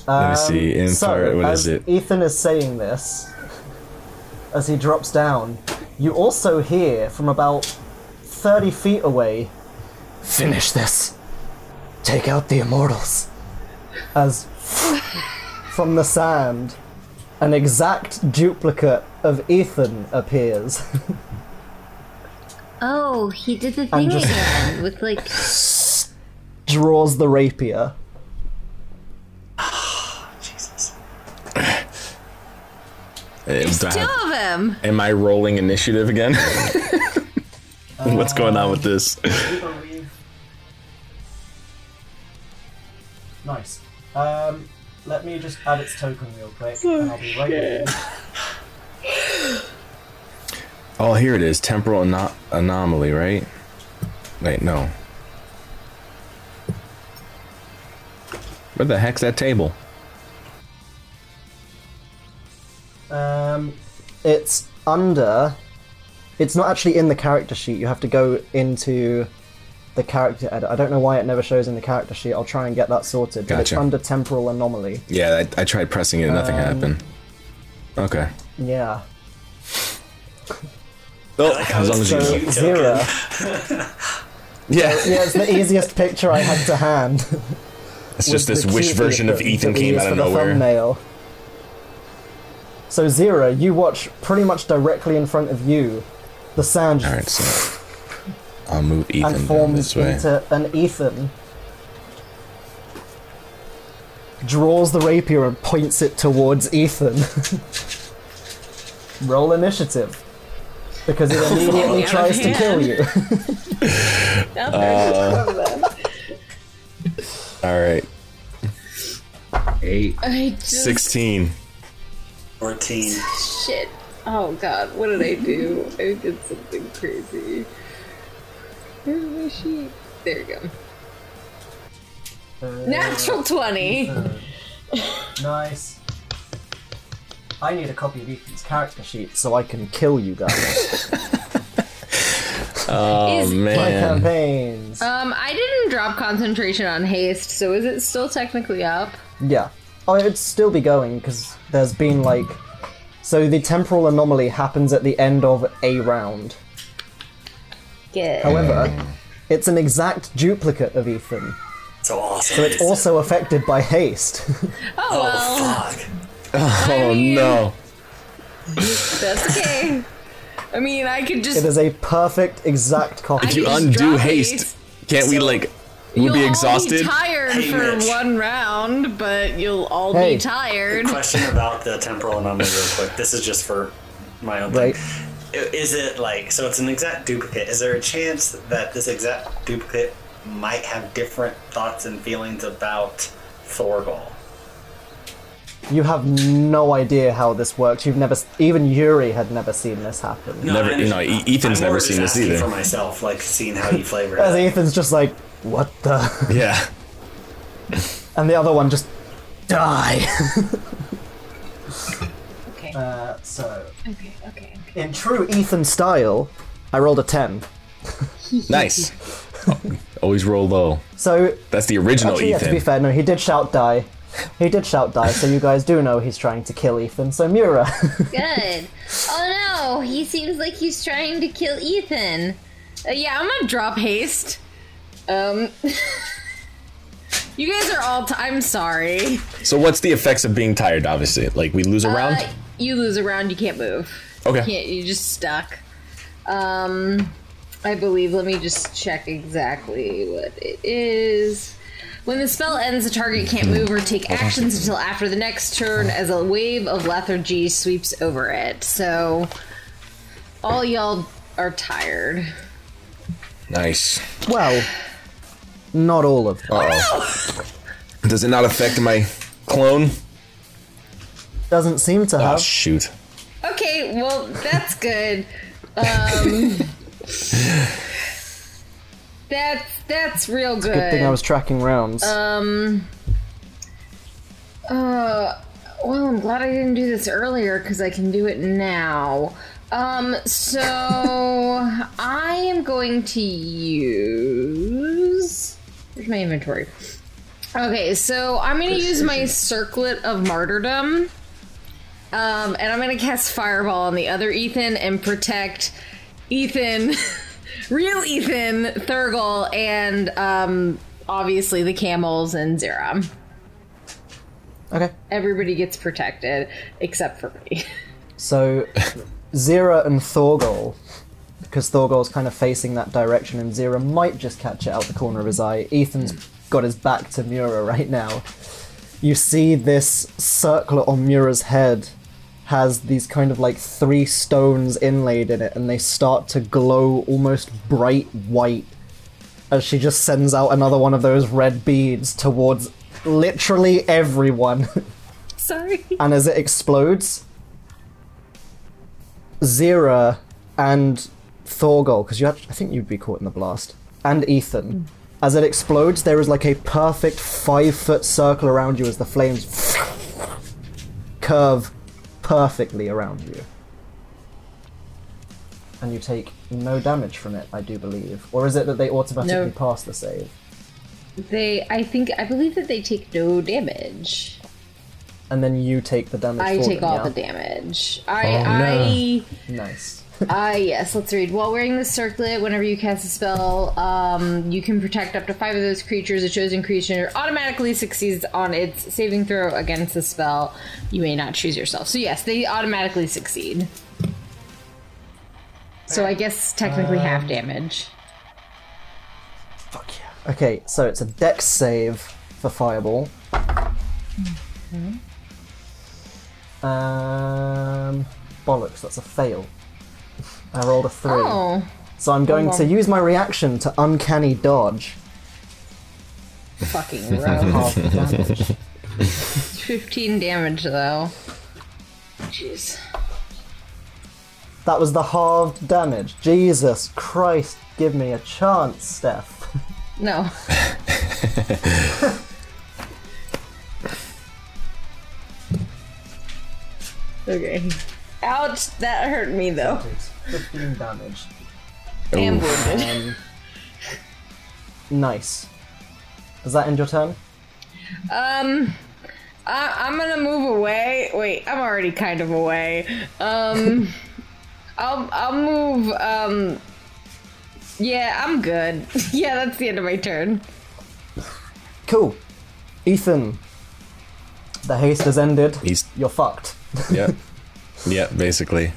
S3: Let me see. Info,
S6: Um, So,
S3: what
S6: as
S3: is it?
S6: Ethan is saying this, as he drops down, you also hear from about 30 feet away Finish this. Take out the immortals. As from the sand, an exact duplicate of Ethan appears.
S7: Oh, he did the thing
S6: just-
S7: again with like.
S6: draws the rapier.
S4: Jesus.
S3: Do I
S2: Two
S3: have-
S2: of them.
S3: Am I rolling initiative again? What's going on with this?
S6: Nice. Um, let me just add its token real quick, and I'll be right with you.
S3: Oh, here it is. Temporal ano- anomaly, right? Wait, no. Where the heck's that table?
S6: Um, it's under. It's not actually in the character sheet. You have to go into the character edit. I don't know why it never shows in the character sheet. I'll try and get that sorted. But it's
S3: Gotcha.
S6: under temporal anomaly.
S3: Yeah, I, I tried pressing it and
S6: Um,
S3: nothing happened. Okay.
S6: Yeah.
S3: Well, as long as
S6: So
S3: you
S4: You took
S6: zero.
S4: it.
S3: Yeah,
S6: Yeah, it's the easiest picture I had to hand.
S3: it's just this
S6: was the
S3: wish
S6: cute
S3: version of
S6: that
S3: Ethan
S6: we
S3: came
S6: used
S3: out
S6: for
S3: of
S6: the
S3: nowhere.
S6: thumbnail. So Zero, you watch pretty much directly in front of you, the sand
S3: All right, so I'll move
S6: and
S3: Ethan down
S6: forms
S3: this way.
S6: into an Ethan. Draws the rapier and points it towards Ethan. Roll initiative. Because it immediately
S2: Out of
S6: tries to kill
S2: hand.
S6: you.
S3: All right,
S5: Eight.
S2: I just
S3: sixteen.
S4: 14.
S2: shit. Oh god, what did I do? I did something crazy. Where's my sheet? There we go.
S6: Uh,
S2: Natural twenty.
S6: Nice. I need a copy of Ethan's character sheet so I can kill you guys.
S3: Oh
S2: Is-
S6: My
S3: man.
S6: campaigns.
S2: Um, I didn't drop concentration on haste, so is it still technically up?
S6: Yeah. Oh, it'd still be going because there's been like. So the temporal anomaly happens at the end of a round.
S2: Good.
S6: However, it's an exact duplicate of Ethan,
S4: So awesome.
S6: so it's also affected by haste.
S2: Oh well,
S4: Oh, fuck.
S3: Oh no.
S2: that's okay. I mean, I could just
S6: it is a perfect, exact copy.
S3: If you
S2: just
S3: undo
S2: drop
S3: haste,
S2: haste.
S3: can't we like we'll
S2: you'll
S3: be
S2: All
S3: exhausted?
S2: be tired
S4: Hey,
S2: for
S4: Mitch.
S2: one round, but you'll all
S6: Hey.
S2: be tired.
S4: Question about the temporal anomaly, real quick. This is just for my own
S6: Right.
S4: thing. I- Is it like so? It's an exact duplicate. Is there a chance that this exact duplicate might have different thoughts and feelings about Thorgal?
S6: You have no idea how this works. You've never, even Yuri had never seen this happen.
S3: Never-
S4: I understand.
S3: no, E- Ethan's
S4: I'm
S3: never
S4: more
S3: seen
S4: just
S3: this
S4: asking
S3: either.
S4: For myself, like seeing how you flavor
S6: As
S4: it.
S6: Ethan's just like, what the?
S3: Yeah.
S6: And the other one just die.
S2: Okay.
S6: uh, so,
S2: okay. Okay.
S6: in true Ethan style, I rolled a ten.
S3: Nice. Always roll low.
S6: So
S3: That's the original
S6: Actually, yeah, to
S3: Ethan.
S6: be fair, no, he did shout die. He did shout die, so you guys do know he's trying to kill Ethan. So Mura,
S7: Good.
S2: Oh no, he seems like he's trying to kill Ethan. Uh, yeah, I'm gonna drop haste. Um, you guys are all. T- I'm sorry.
S3: so what's the effects of being tired? Obviously, like we lose a round.
S2: Uh, you lose a round. You can't move.
S3: Okay.
S2: You can't. You're just stuck. Um, I believe. Let me just check exactly what it is. When the spell ends, the target can't move or take actions until after the next turn, as a wave of lethargy sweeps over it. So, all y'all are tired.
S3: Nice.
S6: well, not all of them.
S3: Does it not affect my clone?
S6: Doesn't seem to
S3: Oh
S6: have.
S3: shoot.
S2: Okay, well that's good. Um, that's that's real good.
S6: Good thing I was tracking rounds.
S2: Um, Uh, well, I'm glad I didn't do this earlier because I can do it now. Um, so I am going to use. Where's my inventory? Okay, so I'm going to use my circlet of martyrdom. Um, and I'm going to cast fireball on the other Ethan and protect Ethan, real Ethan, Thurgle, and um, obviously the camels and Zeram
S6: okay,
S2: everybody gets protected except for me.
S6: so Zira and Thorgol, because Thorgol's kind of facing that direction, and Zira might just catch it out the corner of his eye. Ethan's got his back to Mura right now. You see this circlet on Mura's head has these kind of like three stones inlaid in it and they start to glow almost bright white as she just sends out another one of those red beads towards literally everyone
S2: Sorry.
S6: and as it explodes Zira and Thorgol because you act- I think you'd be caught in the blast and
S2: Hmm.
S6: Ethan as it explodes there is like a perfect 5 foot circle around you as the flames curve perfectly around you. And you take no damage from it, I do believe. Or is it that they automatically
S2: No.
S6: pass the save?
S2: They, I think, I believe that they take no damage.
S6: And then you take the damage.
S2: I
S6: for
S2: take
S6: them,
S2: all
S6: yeah?
S2: the damage. I,
S6: Nice.
S2: I, I, Uh, yes, let's read. While wearing the circlet, whenever you cast a spell, um, you can protect up to five of those creatures. A chosen creature automatically succeeds on its saving throw against the spell. You may not choose yourself. So, yes, they automatically succeed. So, I guess technically half damage.
S6: Fuck yeah. Okay, so it's a dex save for Fireball. Um, bollocks, that's a fail. I rolled a three.
S2: Oh.
S6: So I'm going to use my reaction to uncanny dodge.
S2: fucking row.
S6: Half the damage.
S2: 15 damage though. Jeez.
S6: That was the halved damage. Jesus Christ, give me a chance, Steph.
S2: No. okay. Ouch, that hurt me though.
S6: 15 damage.
S2: and wounded.
S6: Um, nice. Does that end your turn?
S2: Um, I, I'm gonna move away. Wait, I'm already kind of away. Um, I'll I'll move. Um, yeah, I'm good. yeah, that's the end of my turn.
S6: Cool. Ethan, the haste has ended.
S3: He's
S6: You're fucked.
S3: Yep. yep, basically.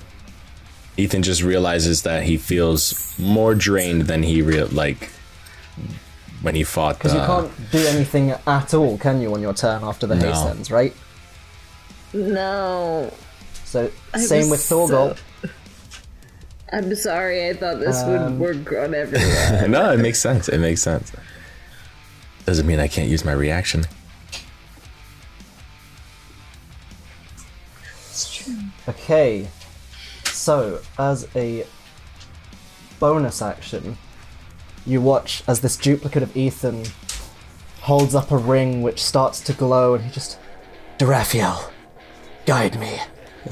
S3: Ethan just realizes that he feels more drained than he real like when he fought uh, the
S6: Because you can't do anything at all, can you, on your turn after the haste
S3: No.
S6: ends, right?
S2: No,
S6: So,
S2: I
S6: same
S2: was
S6: with Thorgol.
S2: so- I'm sorry. I thought this
S6: Um,
S2: would work on everyone.
S3: No, it makes sense. It makes sense. Doesn't mean I can't use my reaction.
S6: Okay. So, as a bonus action, you watch as this duplicate of Ethan holds up a ring which starts to glow, and he just. Duraphiel, guide me.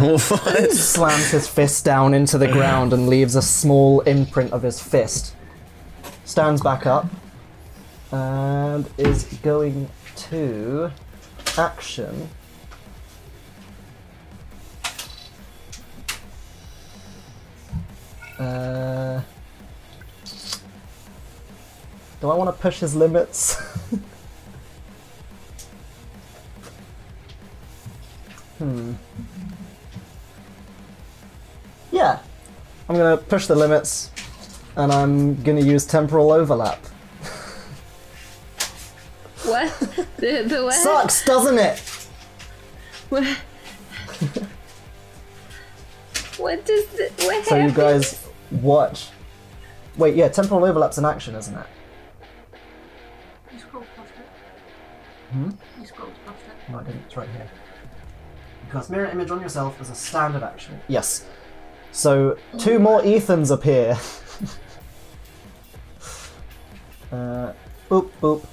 S3: What?
S6: slams his fist down into the ground and leaves a small imprint of his fist. Stands back up and is going to action. Uh, do I want to push his limits? Hmm. yeah, I'm gonna push the limits, and I'm gonna use temporal overlap.
S2: what the the what?
S6: Sucks, doesn't it?
S2: What? what does the, what?
S6: So you
S2: happened?
S6: guys watch. Wait, yeah, temporal overlap's an action, isn't it?
S8: You scrolled past it. Hmm? You scrolled past it.
S6: No, I didn't. It's right here. You cast mirror image on yourself as a standard action. Yes. So two more Ethans appear. uh, boop boop.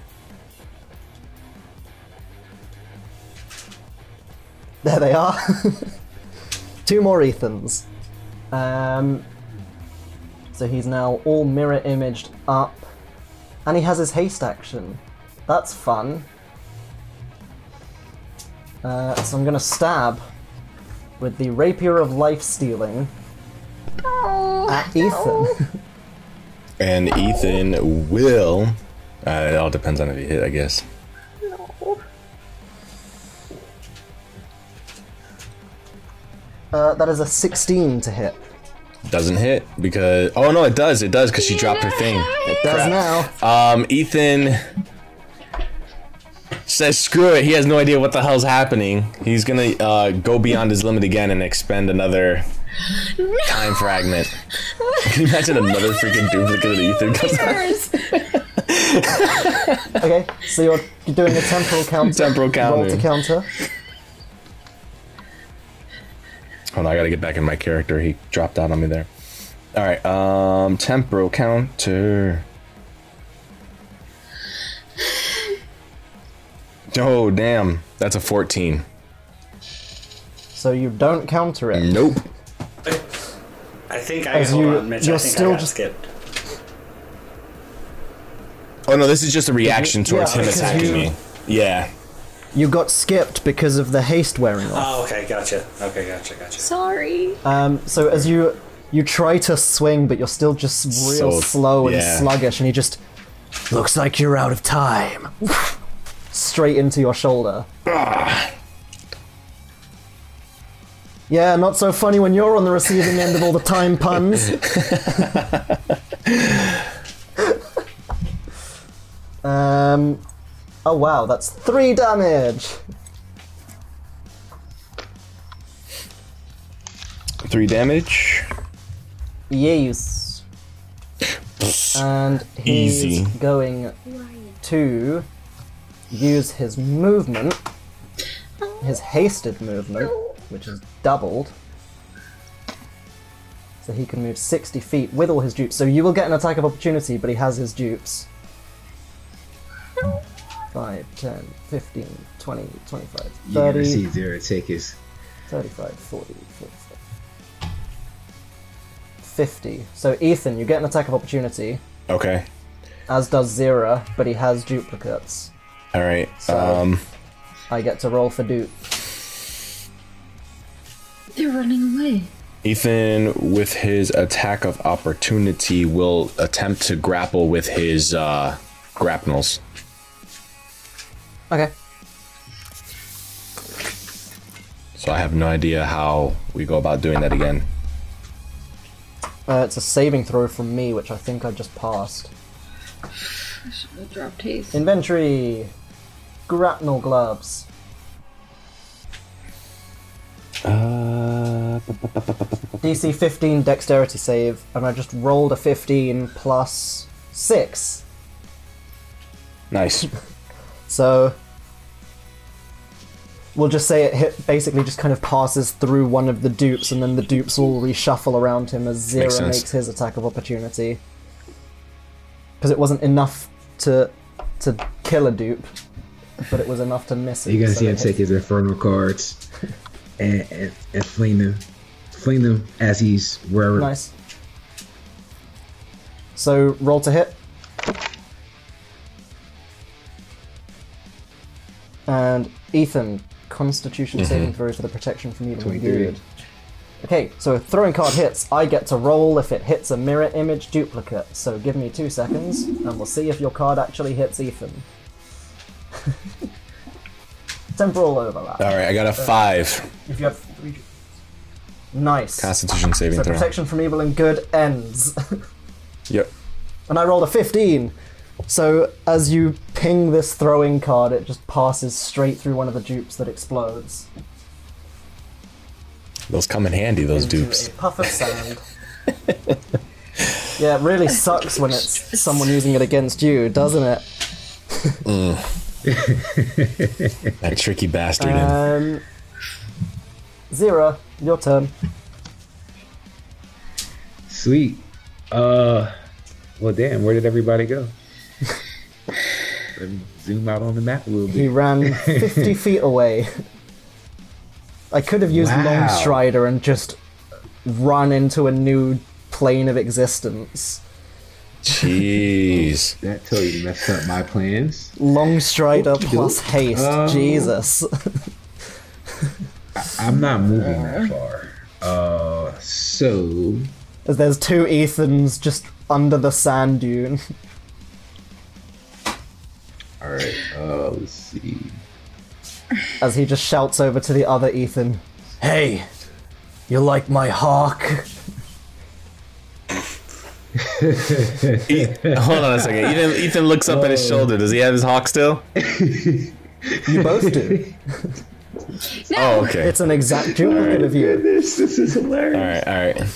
S6: There they are. two more Ethans. Um, so he's now all mirror imaged up, and he has his haste action. That's fun. Uh, so I'm gonna stab with the rapier of life stealing
S2: Oh,
S6: at Ethan.
S3: And Ethan will. Uh, it all depends on if he hit, I guess.
S2: no.
S6: Uh, that is a 16 to hit.
S3: Doesn't hit because. Oh no, it does. It does because she dropped her thing.
S6: Does now.
S3: Um, Ethan says, "Screw it." He has no idea what the hell's happening. He's gonna uh, go beyond his limit again and expend another time fragment. Can you imagine another freaking duplicate of Ethan comes out?
S6: Okay, so you're, you're doing a temporal counter.
S3: Temporal
S6: Roll to
S3: counter.
S6: counter.
S3: Hold on, I gotta get back in my character. He dropped out on me there. All right, um, temporal counter. Oh damn, that's a fourteen.
S6: So you don't counter it.
S3: Nope.
S4: I think I
S6: As
S4: hold
S6: Oh, you-
S4: on, Mitch.
S6: you're
S4: I think
S6: still
S4: I got
S6: just-
S4: skipped.
S3: Oh no, this is just a reaction towards
S6: Yeah,
S3: him
S6: because
S3: attacking
S6: you-
S3: me. Yeah.
S6: You got skipped because of the haste wearing off.
S4: Oh, okay, gotcha. Okay, gotcha, gotcha.
S2: Sorry.
S6: Um, so as you you try to swing, but you're still just real
S3: So-
S6: slow and
S3: yeah.
S6: sluggish, and he just looks like you're out of time. Straight into your shoulder. yeah, not so funny when you're on the receiving end of all the time puns. um, oh wow, that's three damage.
S3: Three damage.
S6: Yes. And he's
S3: Easy.
S6: going to use his movement, his hasted movement, which is doubled. So he can move 60 feet with all his dupes. So you will get an attack of opportunity, but he has his dupes. 5, 10, 15, 20, 25,
S5: You never
S6: 30,
S5: see Zero take his
S6: 35, 40, 45. 50. So, Ethan, you get an attack of opportunity,
S3: Okay.
S6: as does Zira, but he has duplicates.
S3: All right. Um,
S6: I get to roll for Duke.
S7: They're running away.
S3: Ethan, with his attack of opportunity, will attempt to grapple with his uh, grapnels.
S6: Okay.
S3: So I have no idea how we go about doing that again.
S6: Uh, it's a saving throw from me, which I think I just passed.
S2: Dropped haste.
S6: Inventory! Grapnel gloves. DC 15 dexterity save, and I just rolled a 15 plus 6.
S3: Nice.
S6: So we'll just say it hit, basically just kind of passes through one of the dupes, and then the dupes will reshuffle around him as
S3: Makes
S6: Zero
S3: sense.
S6: makes his attack of opportunity. Because it wasn't enough to to kill a dupe, but it was enough to miss it.
S5: You gotta
S6: so
S5: see him
S6: it hit-
S5: take his infernal cards and, and, and fling them, fling them as he's wherever.
S6: Nice. So roll to hit. And Ethan, Constitution
S3: Mm-hmm.
S6: saving throw for the protection from evil
S5: 23.
S6: period. Okay, so if throwing card hits, I get to roll if it hits a mirror image duplicate. So give me two seconds, and we'll see if your card actually hits Ethan. Temporal overlap.
S3: All right. I got a five
S6: If you have three. duplicates. Nice.
S3: Constitution saving
S6: So
S3: throw.
S6: protection from evil and good ends.
S3: Yep.
S6: and I rolled a 15. So as you ping this throwing card, it just passes straight through one of the dupes that explodes.
S3: Those come in handy. Those
S6: into
S3: dupes.
S6: A puff of sand. yeah, it really sucks when it's someone using it against you, doesn't it?
S3: That tricky bastard. in.
S6: Um, Zira, your turn.
S5: Sweet. Uh, well, damn. Where did everybody go? Let me zoom out on the map a little
S6: He
S5: bit.
S6: ran 50 feet away. I could have used
S5: Wow.
S6: Long Strider and just run into a new plane of existence.
S3: Jeez.
S5: That totally messed up my plans.
S6: Long Strider plus haste.
S5: Oh.
S6: Jesus.
S5: I'm not moving that far. Uh, so
S6: As There's two Ethans just under the sand dune.
S5: all right. Uh, let's see.
S6: As he just shouts over to the other Ethan, Hey! You like my hawk?
S3: Hold on a second. Ethan, Ethan looks up at his shoulder. Does he have his hawk still?
S6: You both do.
S3: Oh, okay.
S6: It's an exact duplicate of you.
S5: This this is hilarious.
S3: all right. All right.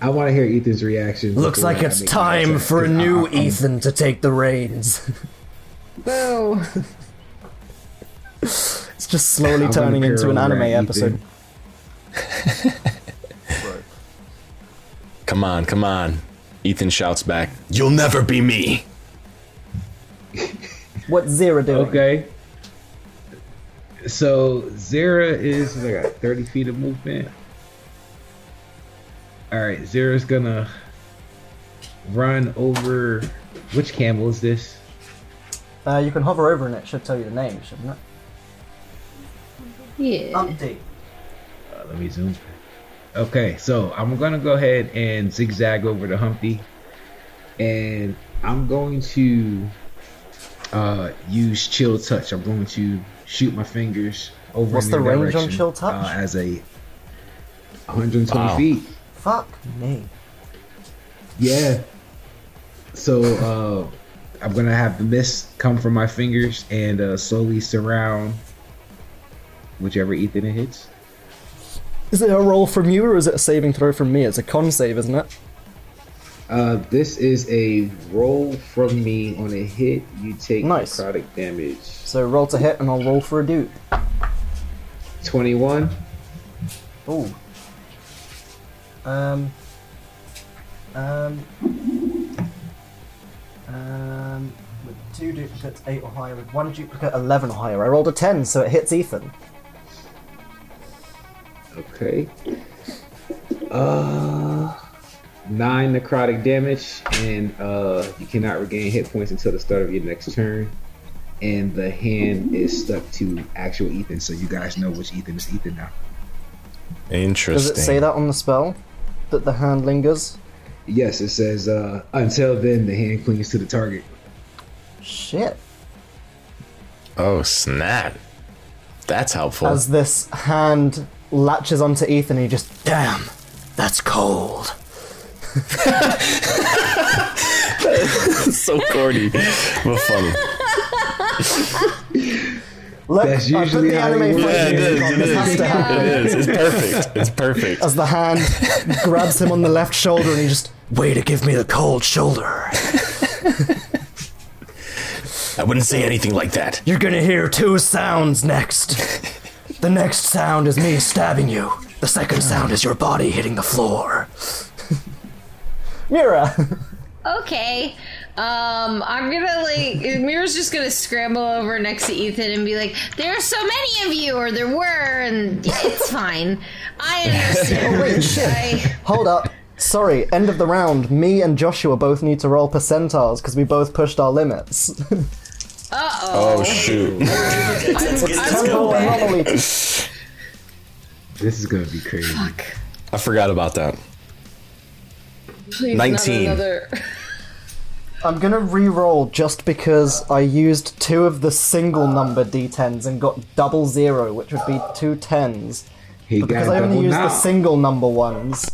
S5: I want to hear Ethan's reaction.
S6: Looks
S5: before
S6: like
S5: I
S6: it's
S5: make my
S6: time
S5: attack,
S6: for a
S5: 'cause I-
S6: new
S5: I'm-
S6: Ethan to take the reins.
S2: Boo.
S6: It's just slowly
S5: I'm gonna
S6: turning into an
S5: parallel
S6: anime
S5: that
S6: episode.
S5: Ethan.
S3: Come on. Come on. Ethan shouts back. You'll never be me.
S6: What's Zira doing?
S5: Okay. So Zara is I got thirty feet of movement. All right, Zara's gonna run over. Which Campbell is this?
S6: Uh, you can hover over and it should tell you the name, shouldn't it?
S7: Yeah.
S6: Umpty.
S5: Uh, let me zoom. Okay, so I'm gonna go ahead and zigzag over to Humpty, and I'm going to uh, use Chill Touch. I'm going to shoot my fingers over.
S6: What's
S5: in their
S6: the range on
S5: direction,
S6: Chill Touch?
S5: Uh, as a 120
S3: Wow.
S5: feet.
S6: Fuck me.
S5: Yeah. So uh, I'm gonna have the mist come from my fingers and uh, slowly surround whichever Ethan it hits.
S6: Is it a roll from you or is it a saving throw from me? It's a con save, isn't it?
S5: Uh, this is a roll from me on a hit. You take
S6: Nice.
S5: necrotic damage.
S6: So roll to hit and I'll roll for a dupe.
S5: 21.
S6: Ooh. Um. Um. Um. With two duplicates, eight or higher. With one duplicate, eleven or higher. I rolled a ten, so it hits Ethan.
S5: Okay. Uh, nine necrotic damage, and uh, you cannot regain hit points until the start of your next turn. And the hand is stuck to actual Ethan, so you guys know which Ethan is Ethan now.
S6: Does
S3: Interesting.
S6: it say that on the spell? That the hand lingers?
S5: Yes, it says uh, until then the hand clings to the target.
S6: Shit.
S3: Oh snap! That's helpful.
S6: As this hand latches onto Ethan, he just, damn, that's cold.
S3: so corny, but funny.
S6: Look,
S5: That's
S6: I put
S5: usually
S6: the
S5: how
S6: anime
S5: it
S6: for
S5: works.
S3: Yeah, it
S6: you.
S3: is. It
S6: This has
S3: is.
S6: to happen.
S3: It is. It's perfect. It's perfect.
S6: As the hand grabs him on the left shoulder and he just, way to give me the cold shoulder.
S3: I wouldn't say anything like that.
S6: You're gonna hear two sounds next. The next sound is me stabbing you. The second sound is your body hitting the floor. Mira!
S2: Okay. Um, I'm gonna like Mira's just gonna scramble over next to Ethan and be like, "There are so many of you, or there were, and yeah, it's fine. I understand."
S6: Oh, Wait, shit.
S2: I,
S6: Hold up. Sorry, end of the round. Me and Joshua both need to roll percentiles because we both pushed our limits.
S3: Oh shoot!
S4: Let's get this
S6: Temporal
S4: going.
S6: anomaly.
S5: This is gonna be crazy.
S3: I forgot about that.
S2: please, Not
S3: 19.
S2: another.
S6: I'm gonna re-roll just because I used two of the single number d10s and got double zero, which would be two tens.
S5: He
S6: But because
S5: got
S6: I only
S5: double
S6: use
S5: now.
S6: the single number ones,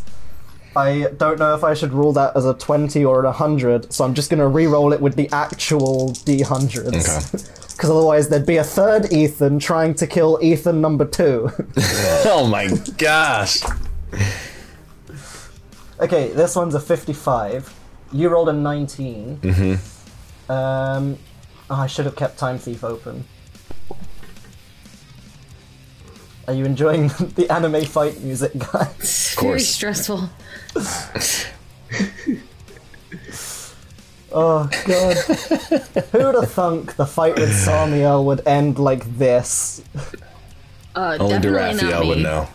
S6: I don't know if I should rule that as a 20 or a 100, so I'm just going to re-roll it with the actual D100s. Because otherwise, there'd be a third Ethan trying to kill Ethan number two.
S3: Oh my gosh!
S6: okay, this one's a 55. You rolled a 19. Mm-hmm. Um, oh, I should have kept Time Thief open. Are you enjoying the anime fight music, guys?
S2: It's very
S3: course.
S2: stressful.
S6: Oh god. Who'd have thunk the fight with Samiel would end like this?
S2: Uh,
S3: Only
S2: definitely not
S3: Duraphael
S2: me.
S3: would know.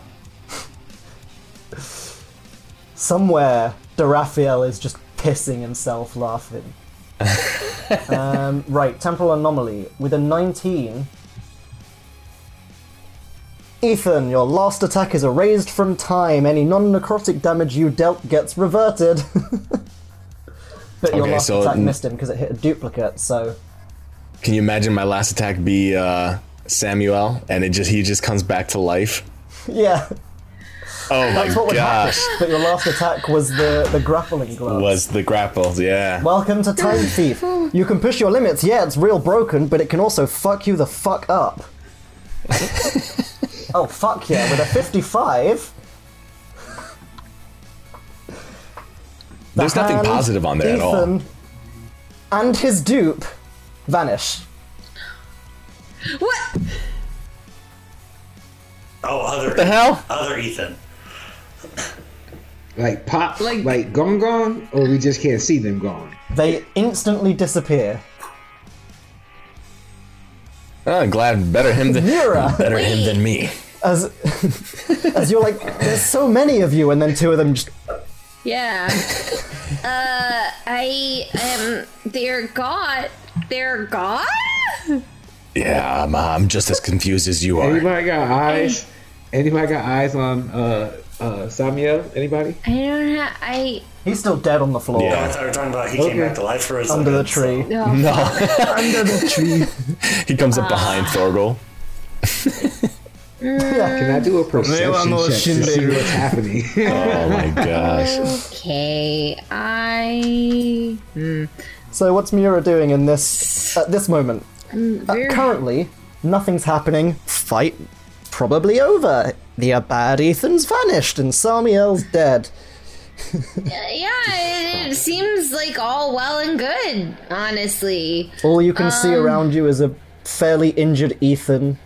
S6: Somewhere, Daraphiel is just pissing himself laughing. um, right, temporal anomaly. With a 19. Ethan, your last attack is erased from time. Any non necrotic damage you dealt gets reverted. but your
S3: Okay,
S6: last
S3: so-
S6: attack missed him because it hit a duplicate, so.
S3: Can you imagine my last attack be uh, Samuel, and it just he just comes back to life?
S6: Yeah.
S3: Oh
S6: That's what
S3: my
S6: would
S3: gosh!
S6: happen. But your last attack was the, the grappling glove.
S3: Was the grapple? Yeah.
S6: Welcome to Time Thief. You can push your limits, yeah, it's real broken, but it can also fuck you the fuck up. oh, fuck yeah, with a 55.
S3: There's nothing
S6: hand,
S3: positive on there at all.
S6: Ethan and his dupe vanish.
S2: What?
S4: Oh, other
S3: The hell?
S4: other Ethan.
S5: Like pop,
S2: Like-
S5: like, gone gone, or we just can't see them gone.
S6: They instantly disappear.
S3: Oh, glad better him than
S6: Mira!
S3: better him than me.
S6: As, as you're like, there's so many of you, and then two of them just
S2: Yeah. uh, I am. They're God. They're God.
S3: Yeah, I'm, uh, I'm just as confused as you are.
S5: Anybody got eyes? Anybody got eyes on uh uh Samuel? Anybody?
S2: I don't have. I.
S6: He's still dead on the floor.
S4: Oh, I
S3: Yeah.
S4: thought we were talking about he came
S5: Okay.
S4: back to life for a
S6: Under the
S4: second,
S6: tree.
S2: No.
S3: No,
S6: Under the tree.
S3: he comes up behind Thorgal.
S5: Can I do a perception
S6: no
S5: check to
S6: shindig.
S5: see what's happening?
S3: Oh my gosh!
S2: Okay. I.
S6: So what's Mira doing in this at this moment? Uh,
S2: Very
S6: Currently, nothing's happening. Fight probably over. The bad Ethan's vanished and Samiel's dead.
S2: uh, Yeah, it seems like all well and good, honestly.
S6: All you can see around you is a fairly injured Ethan,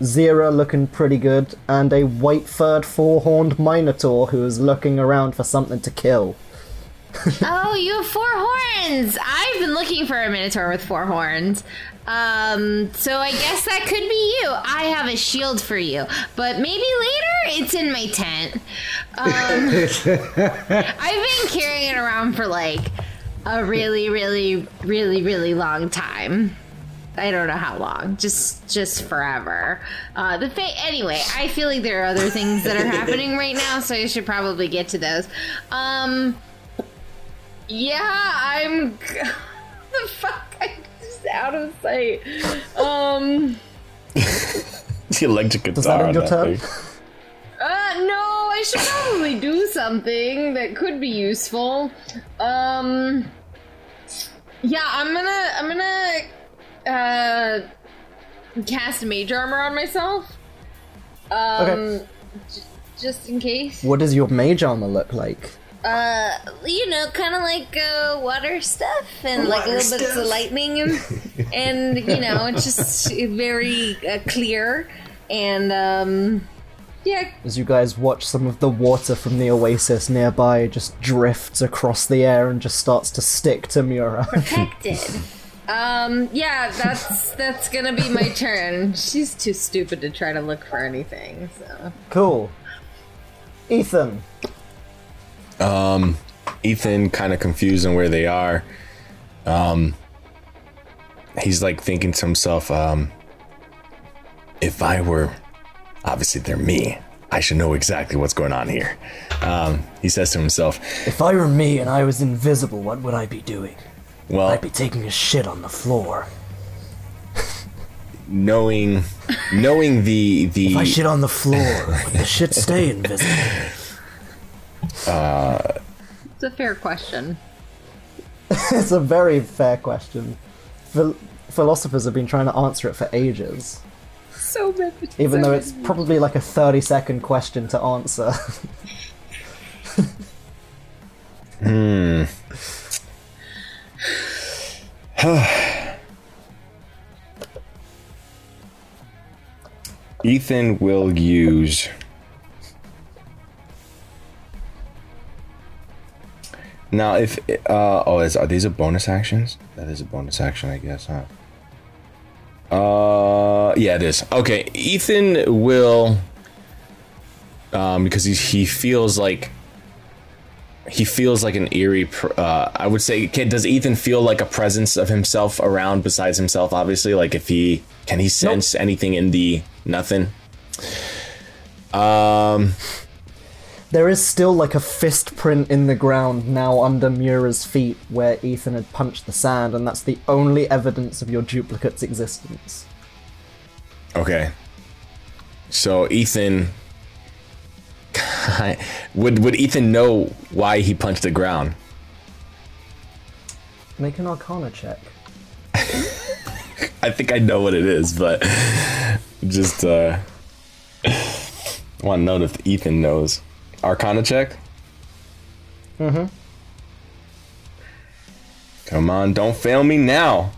S6: Zira looking pretty good, and a white-furred four-horned Minotaur who is looking around for something to kill.
S7: oh, you have four horns. I've been looking for a minotaur with four horns. Um, so I guess that could be you. I have a shield for you, but maybe later it's in my tent. Um, I've been carrying it around for like a really, really, really, really long time. I don't know how long, just just forever. Uh, the fa- anyway, I feel like there are other things that are happening right now, so I should probably get to those. Um, yeah, I'm g- the fuck. I just out of sight. Um,
S3: the electric guitar.
S6: Is that on
S3: on
S6: your
S3: that
S6: turn?
S3: thing.
S7: uh, no, I should probably do something that could be useful. Um, yeah, I'm gonna I'm gonna uh cast mage armor on myself. Um,
S6: Okay.
S7: j- just in case.
S6: What does your mage armor look like?
S7: uh, you know, kind of like uh, water stuff and like a
S4: Water
S7: little bit of
S4: stuff.
S7: lightning, and, and you know, it's just very uh, clear and um, yeah,
S6: As you guys watch some of the water from the oasis nearby just drifts across the air and just starts to stick to Mura.
S7: protected. um, yeah, that's that's gonna be my turn. She's too stupid to try to look for anything. So
S6: cool. Ethan.
S3: Ethan kind of confused on where they are. Um, he's like thinking to himself, um, if I were, obviously they're me. I should know exactly what's going on here. Um, he says to himself,
S6: If I were me and I was invisible, what would I be doing?
S3: well,
S6: I'd be taking a shit on the floor.
S3: knowing, knowing the,
S6: If I
S3: the,
S6: shit on the floor, would the shit stay invisible?
S7: it's a fair question.
S6: It's a very fair question. Phil- philosophers have been trying to answer it for ages,
S7: So many.
S6: even though it's probably like a 30 second question to answer.
S3: Ethan will use now if uh oh is are these a bonus actions? That is a bonus action, I guess, huh? Uh yeah, it is. Okay, Ethan will um because he he feels like he feels like an eerie pr- uh I would say can, does Ethan feel like a presence of himself around besides himself obviously like if he can he sense anything in the nothing
S6: There is still like a fist print in the ground now under Mura's feet where Ethan had punched the sand, and that's the only evidence of your duplicate's existence.
S3: Okay. So Ethan would would Ethan know why he punched the ground?
S6: Make an arcana check.
S3: I think I know what it is, but just uh want to know if Ethan knows. Arcana check? Mm-hmm. Come on, don't fail me now.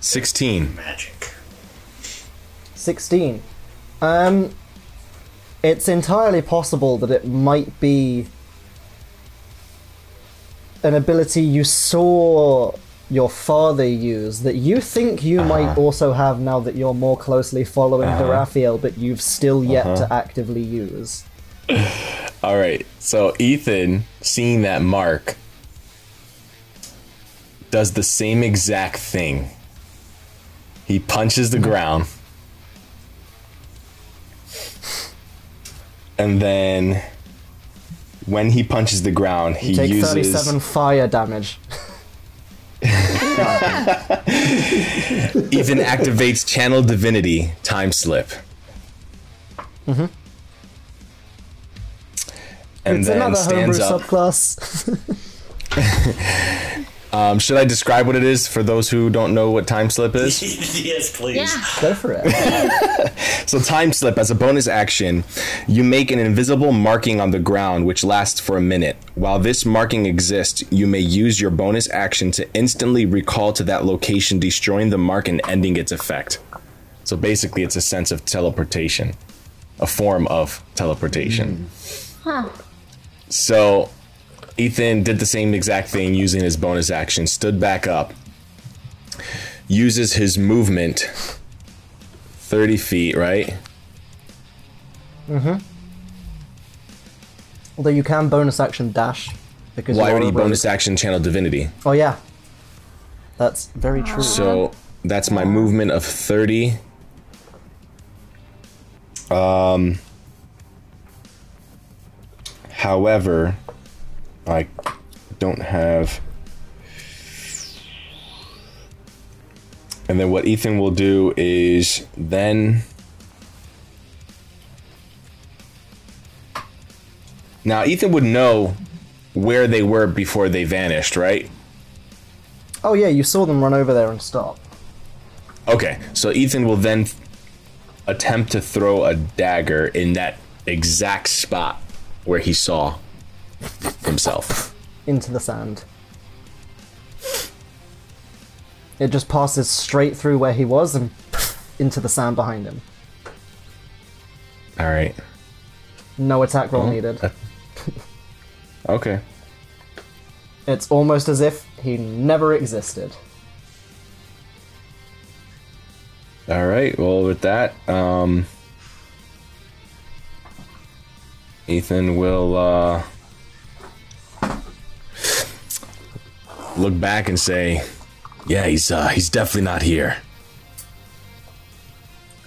S3: 16.
S4: Magic.
S6: 16. Um, it's entirely possible that it might be an ability you saw your father use that you think
S3: Uh-huh.
S6: you might also have now that you're more closely following Haraphiel, but you've still yet
S3: Uh-huh.
S6: to actively use.
S3: All right. So Ethan, seeing that mark, does the same exact thing. He punches the ground. And then when he punches the ground, he
S6: Take
S3: uses
S6: 37 fire damage.
S3: Ethan activates channel divinity time slip.
S6: Mm-hmm.
S3: And
S6: it's
S3: then
S6: another homebrew
S3: stands up.
S6: subclass.
S3: Um, should I describe what it is for those who don't know what time slip is?
S4: yes, please.
S7: Yeah.
S6: Go for it.
S3: So time slip as a bonus action, you make an invisible marking on the ground which lasts for a minute. While this marking exists, you may use your bonus action to instantly recall to that location, destroying the mark and ending its effect. So basically, it's a sense of teleportation, a form of teleportation. So Ethan did the same exact thing using his bonus action, stood back up, uses his movement 30 feet, right?
S6: Although you can bonus action dash because
S3: Why
S6: you
S3: would
S6: are
S3: he
S6: a
S3: bonus
S6: rogue.
S3: action channel divinity?
S6: Oh yeah, that's very true.
S3: So that's my movement of 30. Um Um, however I don't have And then what Ethan will do is then Now Ethan would know where they were before they vanished, right?
S6: oh yeah, you saw them run over there and stop.
S3: Okay, so Ethan will then attempt to throw a dagger in that exact spot where he saw himself.
S6: into the sand. It just passes straight through where he was and into the sand behind him.
S3: All right.
S6: No attack roll
S3: Uh-huh.
S6: needed.
S3: Okay.
S6: It's almost as if he never existed.
S3: All right. Well, with that, um, Ethan will uh, look back and say, "Yeah, he's uh, he's definitely not here."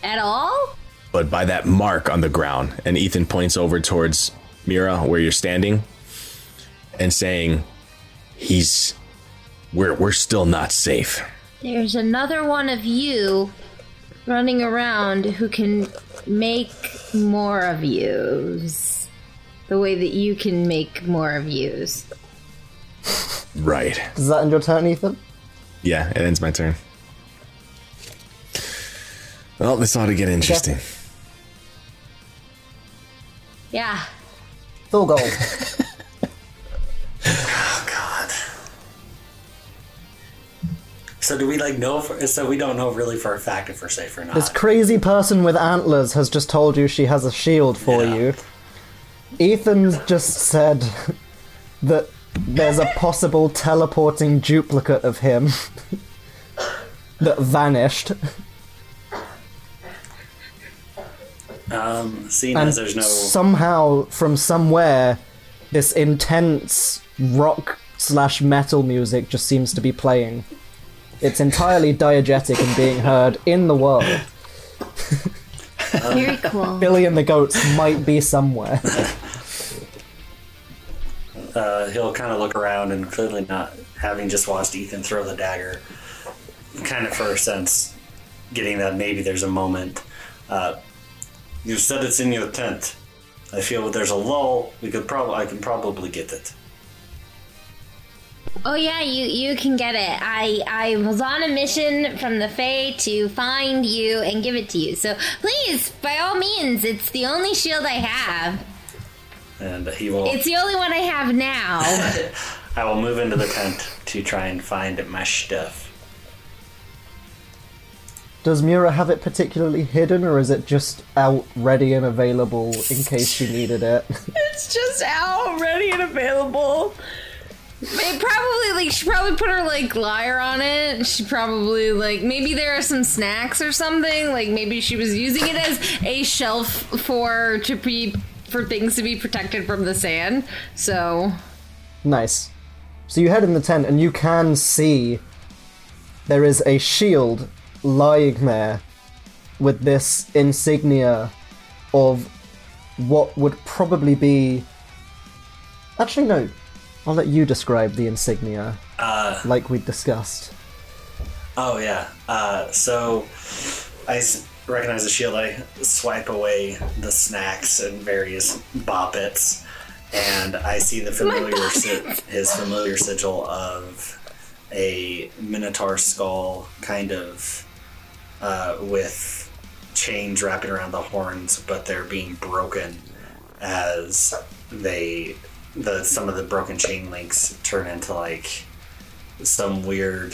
S2: At all?
S3: but by that mark on the ground. And Ethan points over towards Mira, where you're standing, and saying, "He's, we're we're still not safe."
S7: There's another one of you running around who can make more of yous.
S2: The way that you can make more of yous.
S3: Right.
S6: Does that end your turn, Ethan?
S3: Yeah, it ends my turn. Well, this ought to get interesting.
S2: Yeah.
S6: Thorgold.
S4: So do we like know? For, so we don't know really for a fact if we're safe or not.
S6: this crazy person with antlers has just told you she has a shield for
S4: Yeah.
S6: you. Ethan's just said that there's a possible teleporting duplicate of him that vanished.
S4: um, seeing
S6: and
S4: as there's no
S6: somehow from somewhere this intense rock slash metal music just seems to be playing it's entirely diegetic and being heard in the world
S7: Very cool.
S6: billy and the goats might be somewhere
S4: uh, he'll kind of look around and clearly not having just watched Ethan throw the dagger, kind of for a sense, getting that maybe there's a moment. Uh, you said it's in your tent. I feel there's a lull. We could probably I can probably get it.
S7: Oh yeah, you you can get it. I I was on a mission from the Fae to find you and give it to you. So please, by all means, it's the only shield I have.
S4: And he will.
S7: It's the only one I have now.
S4: I will move into the tent to try and find my stuff.
S6: does mira have it particularly hidden or is it just out ready and available in case she needed it
S2: It's just out, ready and available. It probably like she probably put her like liar on it. She probably like maybe there are some snacks or something. Like maybe she was using it as a shelf for to be for things to be protected from the sand. So
S6: Nice. So you head in the tent and you can see there is a shield lying there with this insignia of what would probably be. Actually, no. I'll let you describe the insignia like we discussed.
S4: Oh yeah. Uh, so I s- recognize the shield. I swipe away the snacks and various boppets, and I see the familiar si- his familiar sigil of a minotaur skull, kind of uh, with chains wrapping around the horns, but they're being broken as they the some of the broken chain links turn into like some weird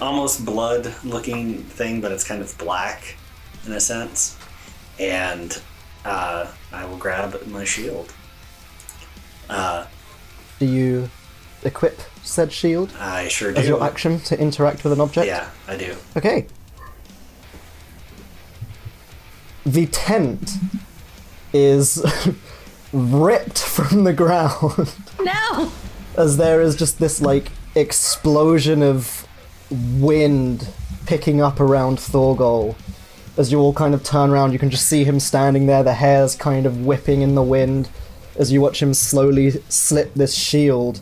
S4: almost blood looking thing, but it's kind of black in a sense. And uh, I will grab my shield. Uh,
S6: Do you equip said shield
S4: I sure do.
S6: as your action to interact with an object?
S4: Yeah, I do.
S6: Okay. The tent is ripped from the ground
S7: No!
S6: as there is just this like explosion of wind picking up around Thorgol. As you all kind of turn around, you can just see him standing there, the hairs kind of whipping in the wind. As you watch him slowly slip this shield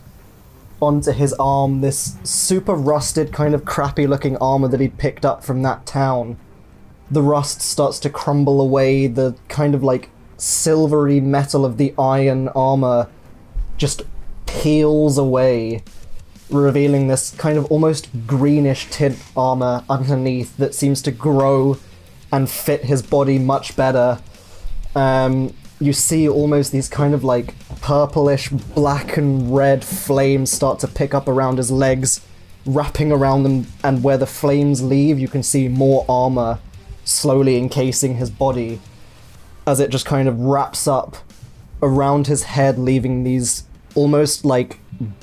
S6: onto his arm, this super rusted, kind of crappy looking armor that he'd picked up from that town. The rust starts to crumble away, the kind of like silvery metal of the iron armor just peels away, revealing this kind of almost greenish tint armor underneath that seems to grow and fit his body much better. Um, you see almost these kind of like purplish, black, and red flames start to pick up around his legs, wrapping around them, and where the flames leave, you can see more armor slowly encasing his body as it just kind of wraps up around his head, leaving these almost like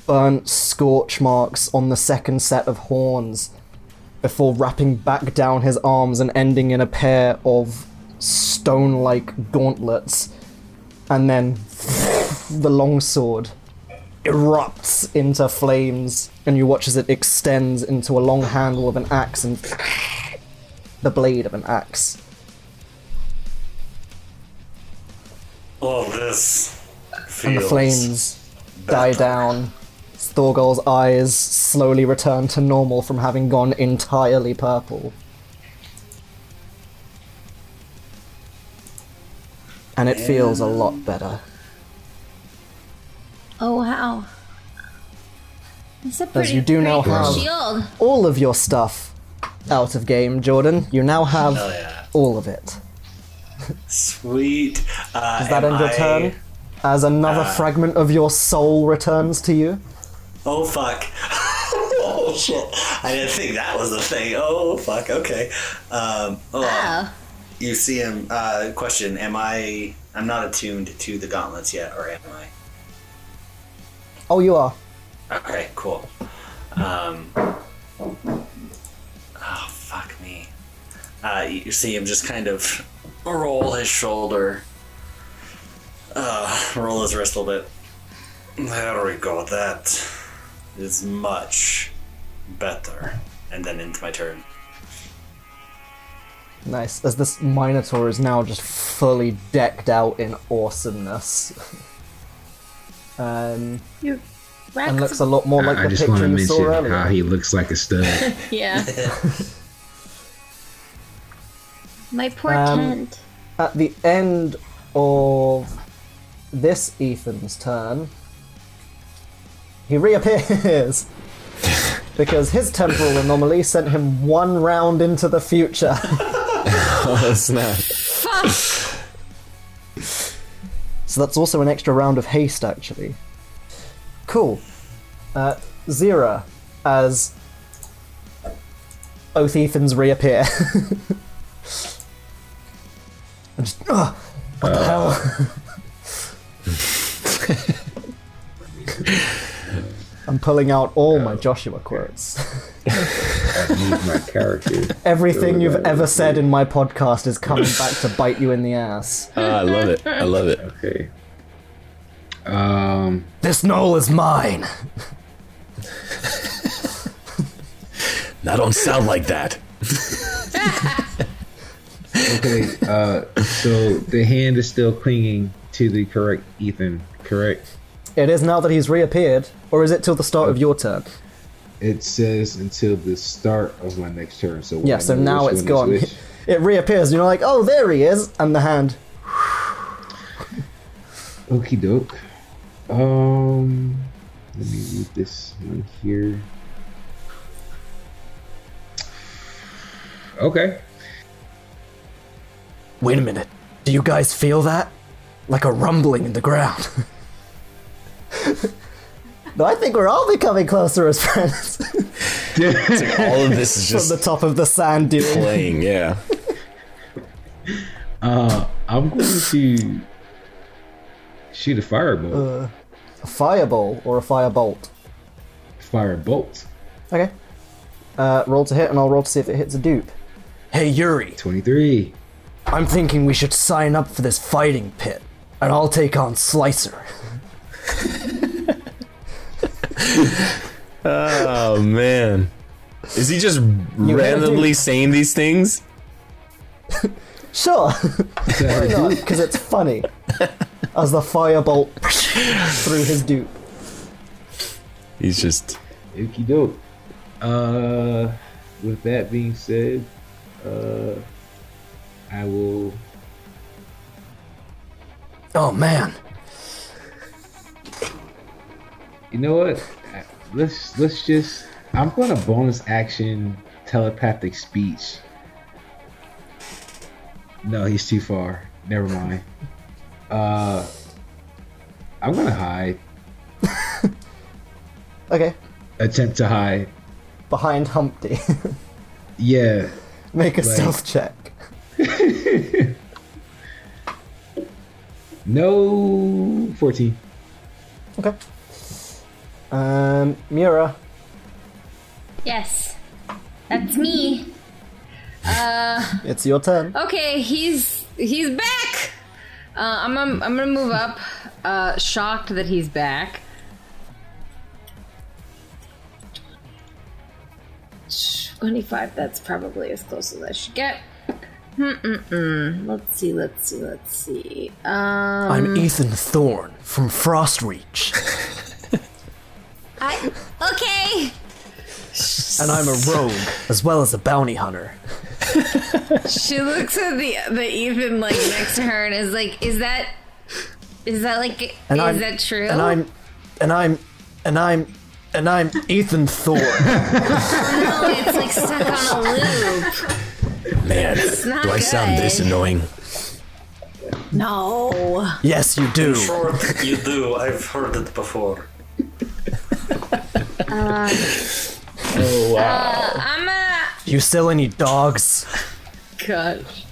S6: burnt scorch marks on the second set of horns before wrapping back down his arms and ending in a pair of stone like gauntlets. And then the longsword erupts into flames, and you watch as it extends into a long handle of an axe and the blade of an axe.
S4: Oh, this feels
S6: and the flames die down. Thorgol's eyes slowly return to normal from having gone entirely purple. And it feels a lot better.
S7: Oh, wow. That's a pretty
S6: you do now
S7: great
S6: have-
S7: shield.
S6: All of your stuff out of game, Jordan. You now have
S4: Hell yeah.
S6: all of it.
S4: Sweet. Uh,
S6: Does that
S4: am
S6: end your
S4: I- uh,
S6: turn? As another fragment of your soul returns to you?
S4: Oh fuck. oh shit. I didn't think that was the thing. Oh fuck. Okay. Um, oh,
S7: Oh.
S4: You see him. Uh, question: Am I? I'm not attuned to the gauntlets yet, or am I?
S6: Oh, you are.
S4: Okay. Cool. Um, oh fuck me. Uh, you see him just kind of roll his shoulder, uh, roll his wrist a little bit. There we go. That is much better. And then into my turn.
S6: Nice. As this Minotaur is now just fully decked out in awesomeness. um,
S8: You
S6: and
S8: whacked
S6: looks a lot more like
S5: I
S6: the
S5: just want
S6: picture
S5: to
S6: you saw
S5: mention how
S6: earlier.
S5: he looks like a stud.
S2: Yeah.
S7: My poor
S6: Um,
S7: tent.
S6: At the end of this Ethan's turn, he reappears. because his temporal anomaly sent him one round into the future.
S3: Oh, snap.
S2: Fuck.
S6: So that's also an extra round of haste, actually. Cool. Uh, Zira, as both Ethans reappear. And just, "Ugh, what the hell? I'm pulling out all my Joshua quotes.
S5: I need my character.
S6: Everything you've
S5: that
S6: ever
S5: is
S6: said in my podcast is coming back to bite you in the ass.
S3: Oh, I love it. I love it.
S5: Okay. Um.
S6: This knoll is mine!
S3: Now don't sound like that.
S5: Okay. Uh. so the hand is still clinging to the correct Ethan. Correct.
S6: It is now that he's reappeared, or is it till the start of your turn?
S5: It says until the start of my next turn. So
S6: Yeah,
S5: I
S6: so
S5: know
S6: now
S5: which
S6: it's
S5: one
S6: gone.
S5: is which.
S6: It reappears, and you're like, oh, there he is, and the hand.
S5: Okie doke. Um, let me read this one here. Okay.
S6: Wait a minute. Do you guys feel that? Like a rumbling in the ground. No, I think we're all becoming closer as friends.
S3: It's like all of this is
S6: From
S3: just
S6: the top of the sand dune.
S3: playing. Yeah.
S5: Uh, I'm going to shoot a fireball.
S6: a fireball or a firebolt.
S5: Fire a bolt.
S6: Okay. Uh, roll to hit, and I'll roll to see if it hits a dupe. Hey Yuri,
S5: 23.
S6: I'm thinking we should sign up for this fighting pit, and I'll take on Slicer.
S3: Oh man, is he just randomly saying these things?
S6: Sure, because it's funny. As the firebolt through his dupe.
S3: He's just
S5: Okie doke. Uh, with that being said, uh, I will.
S6: Oh man,
S5: You know what? I- Let's let's just. I'm going to bonus action telepathic speech. No, he's too far. Never mind. Uh, I'm gonna hide.
S6: Okay,
S5: Attempt to hide.
S6: behind Humpty.
S5: Yeah,
S6: Make a
S5: Right.
S6: stealth check.
S5: No, 14.
S6: Okay. Um, Mura.
S7: Yes. That's me.
S6: It's your turn.
S2: Okay, he's he's back. Uh, I'm gonna, I'm gonna move up. Uh, shocked that he's back. Twenty-five. That's probably as close as I should get. Mm-mm-mm. Let's see. Let's see. Let's see. Um,
S6: I'm Ethan Thorne from Frostreach,
S7: I okay.
S6: and I'm a rogue as well as a bounty hunter.
S2: she looks at the the Ethan like next to her and is like, "Is that
S7: Is that like
S2: And
S6: And
S2: Is
S6: I'm,
S2: that true?
S6: And I'm, and I'm, and I'm, and I'm Ethan Thorne.
S7: oh, it's like stuck on a loop?
S3: man.
S7: not
S3: Do I sound
S7: good.
S3: this annoying?
S7: No.
S6: yes, you do.
S4: Sure, you do. I've heard it before.
S7: I'm uh, a
S6: You still any dogs?
S2: gosh?"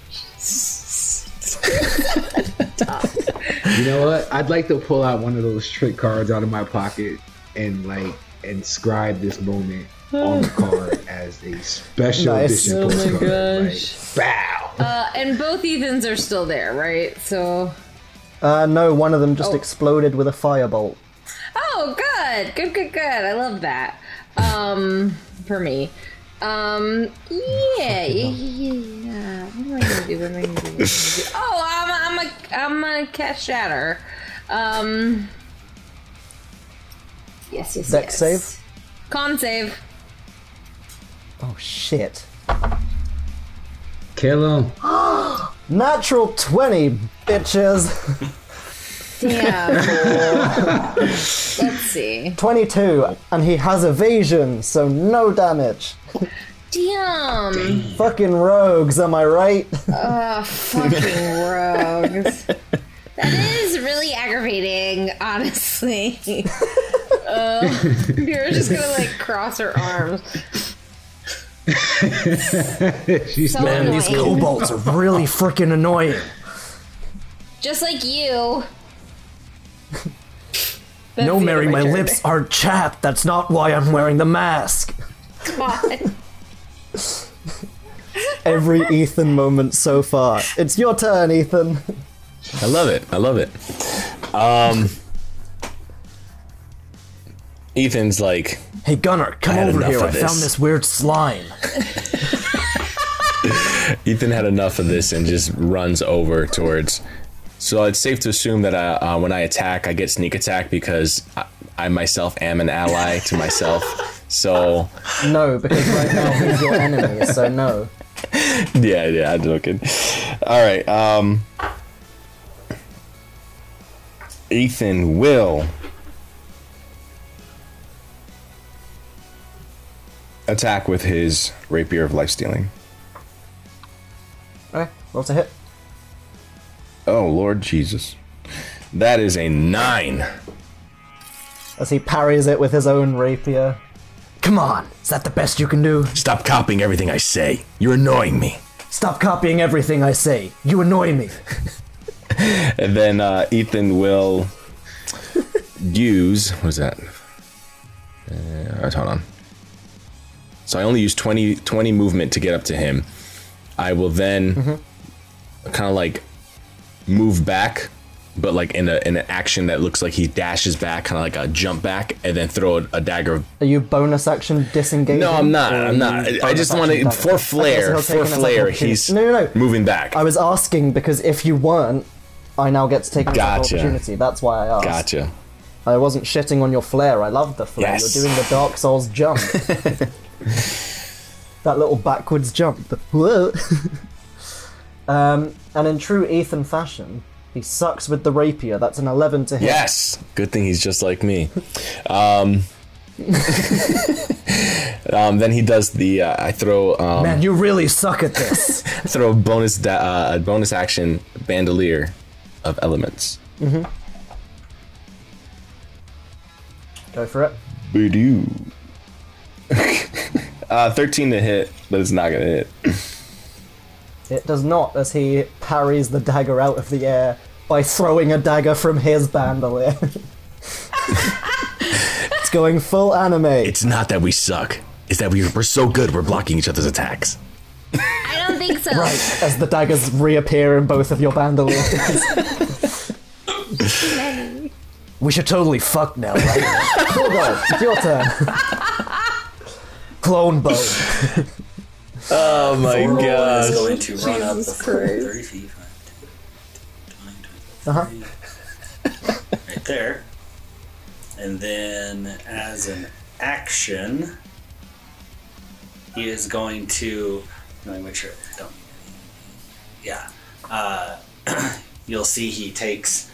S5: You know what? I'd like to pull out one of those trick cards out of my pocket and like inscribe this moment on the card as a special
S6: Nice.
S5: edition
S6: Oh my
S5: postcard.
S2: gosh.
S5: Like, bow.
S2: Uh, and both Ethans are still there, right? So.
S6: Uh, no, one of them just
S2: Oh.
S6: exploded with a firebolt.
S2: Oh, good, good, good, good. I love that. Um, for me.
S6: Oh,
S2: Um, yeah, yeah, yeah, yeah. What am I gonna do? What am I gonna do? What am I gonna do? Oh, I'm, I'm a, I'm gonna catch shatter. Um, yes, yes,
S6: Dex
S2: yes.
S6: save?
S2: Con save.
S6: Oh shit!
S5: Kill him.
S6: Natural twenty, bitches.
S2: Damn. Let's see.
S6: Twenty-two, and he has evasion, so no damage.
S2: Damn.
S6: Fucking rogues, am I right?
S2: Oh, fucking rogues.
S7: This is really aggravating, honestly. Oh,
S2: You're just gonna like cross her arms.
S5: She's
S7: So
S5: like,
S7: annoying.
S6: These kobolds are really freaking annoying.
S7: Just like you.
S2: That's
S6: No,
S2: the
S6: Mary,
S2: end
S6: my
S2: of turn.
S6: lips are chapped. That's not why I'm wearing the mask.
S7: God.
S6: Every Ethan moment so far. It's your turn, Ethan.
S3: I love it. I love it. Um, Ethan's like,
S6: Hey, Gunnar, come
S3: I had
S6: over
S3: enough
S6: here.
S3: of
S6: I
S3: this.
S6: found this weird slime.
S3: Ethan had enough of this and just runs over towards. So it's safe to assume that I, uh, when I attack, I get sneak attack because I, I myself am an ally to myself. So
S6: No, because right now he's your enemy, so no.
S3: yeah, yeah, I'm joking. All right. Um, Ethan will attack with his rapier of life stealing.
S6: Okay, Eh, roll to hit.
S3: Oh Lord Jesus, that is a nine.
S6: As he parries it with his own rapier. Come on, is that the best you can do?
S3: Stop copying everything I say. You're annoying me.
S6: Stop copying everything I say. You annoy me.
S3: And then uh, Ethan will use what is that? Uh, all right, hold on. So I only use 20, 20 movement to get up to him. I will then
S6: Mm-hmm.
S3: kind of like move back, but like in a in an action that looks like he dashes back, kind of like a jump back, and then throw a, a dagger.
S6: Are you bonus action disengaging?
S3: No, I'm not.
S6: or are
S3: I'm not.
S6: you
S3: I- I
S6: bonus
S3: just want
S6: action
S3: to
S6: dagger?
S3: for flair.
S6: Okay, so he'll
S3: for
S6: take an
S3: flair,
S6: attack
S3: he's
S6: opportunity. no, no, no.
S3: moving back.
S6: I was asking because if you weren't, I now get to take an attack
S3: Gotcha.
S6: opportunity. That's why I asked.
S3: gotcha.
S6: I wasn't shitting on your flair. I love the flair.
S3: Yes.
S6: You're doing the Dark Souls jump. that little backwards jump. Whoa. um, and in true Ethan fashion, he sucks with the rapier. That's an 11 to hit.
S3: Yes. Good thing he's just like me. Um, um, then he does the. Uh, I throw. Um,
S6: Man, you really suck at this.
S3: throw a bonus da- uh, a bonus action bandolier of elements.
S6: Go for it.
S3: Boodoo. uh, 13 to hit, but it's not gonna hit.
S6: It does not, as he parries the dagger out of the air by throwing a dagger from his bandolier. it's going full anime.
S3: It's not that we suck. It's that we're, we're so good we're blocking each other's attacks.
S7: I don't think so.
S6: Right, as the daggers reappear in both of your bandoliers. we should totally fuck now, right? Cool, though. It's your turn. Clone bow.
S3: Oh my
S4: Thorgal is
S3: god.
S4: going to run up the
S8: Jesus
S4: full
S8: Christ.
S4: 30 feet. Five, ten,
S6: Uh-huh.
S4: 20, 30. right there. And then, as an action, he is going to. Let me make sure. I Don't. Yeah. Uh, you'll see he takes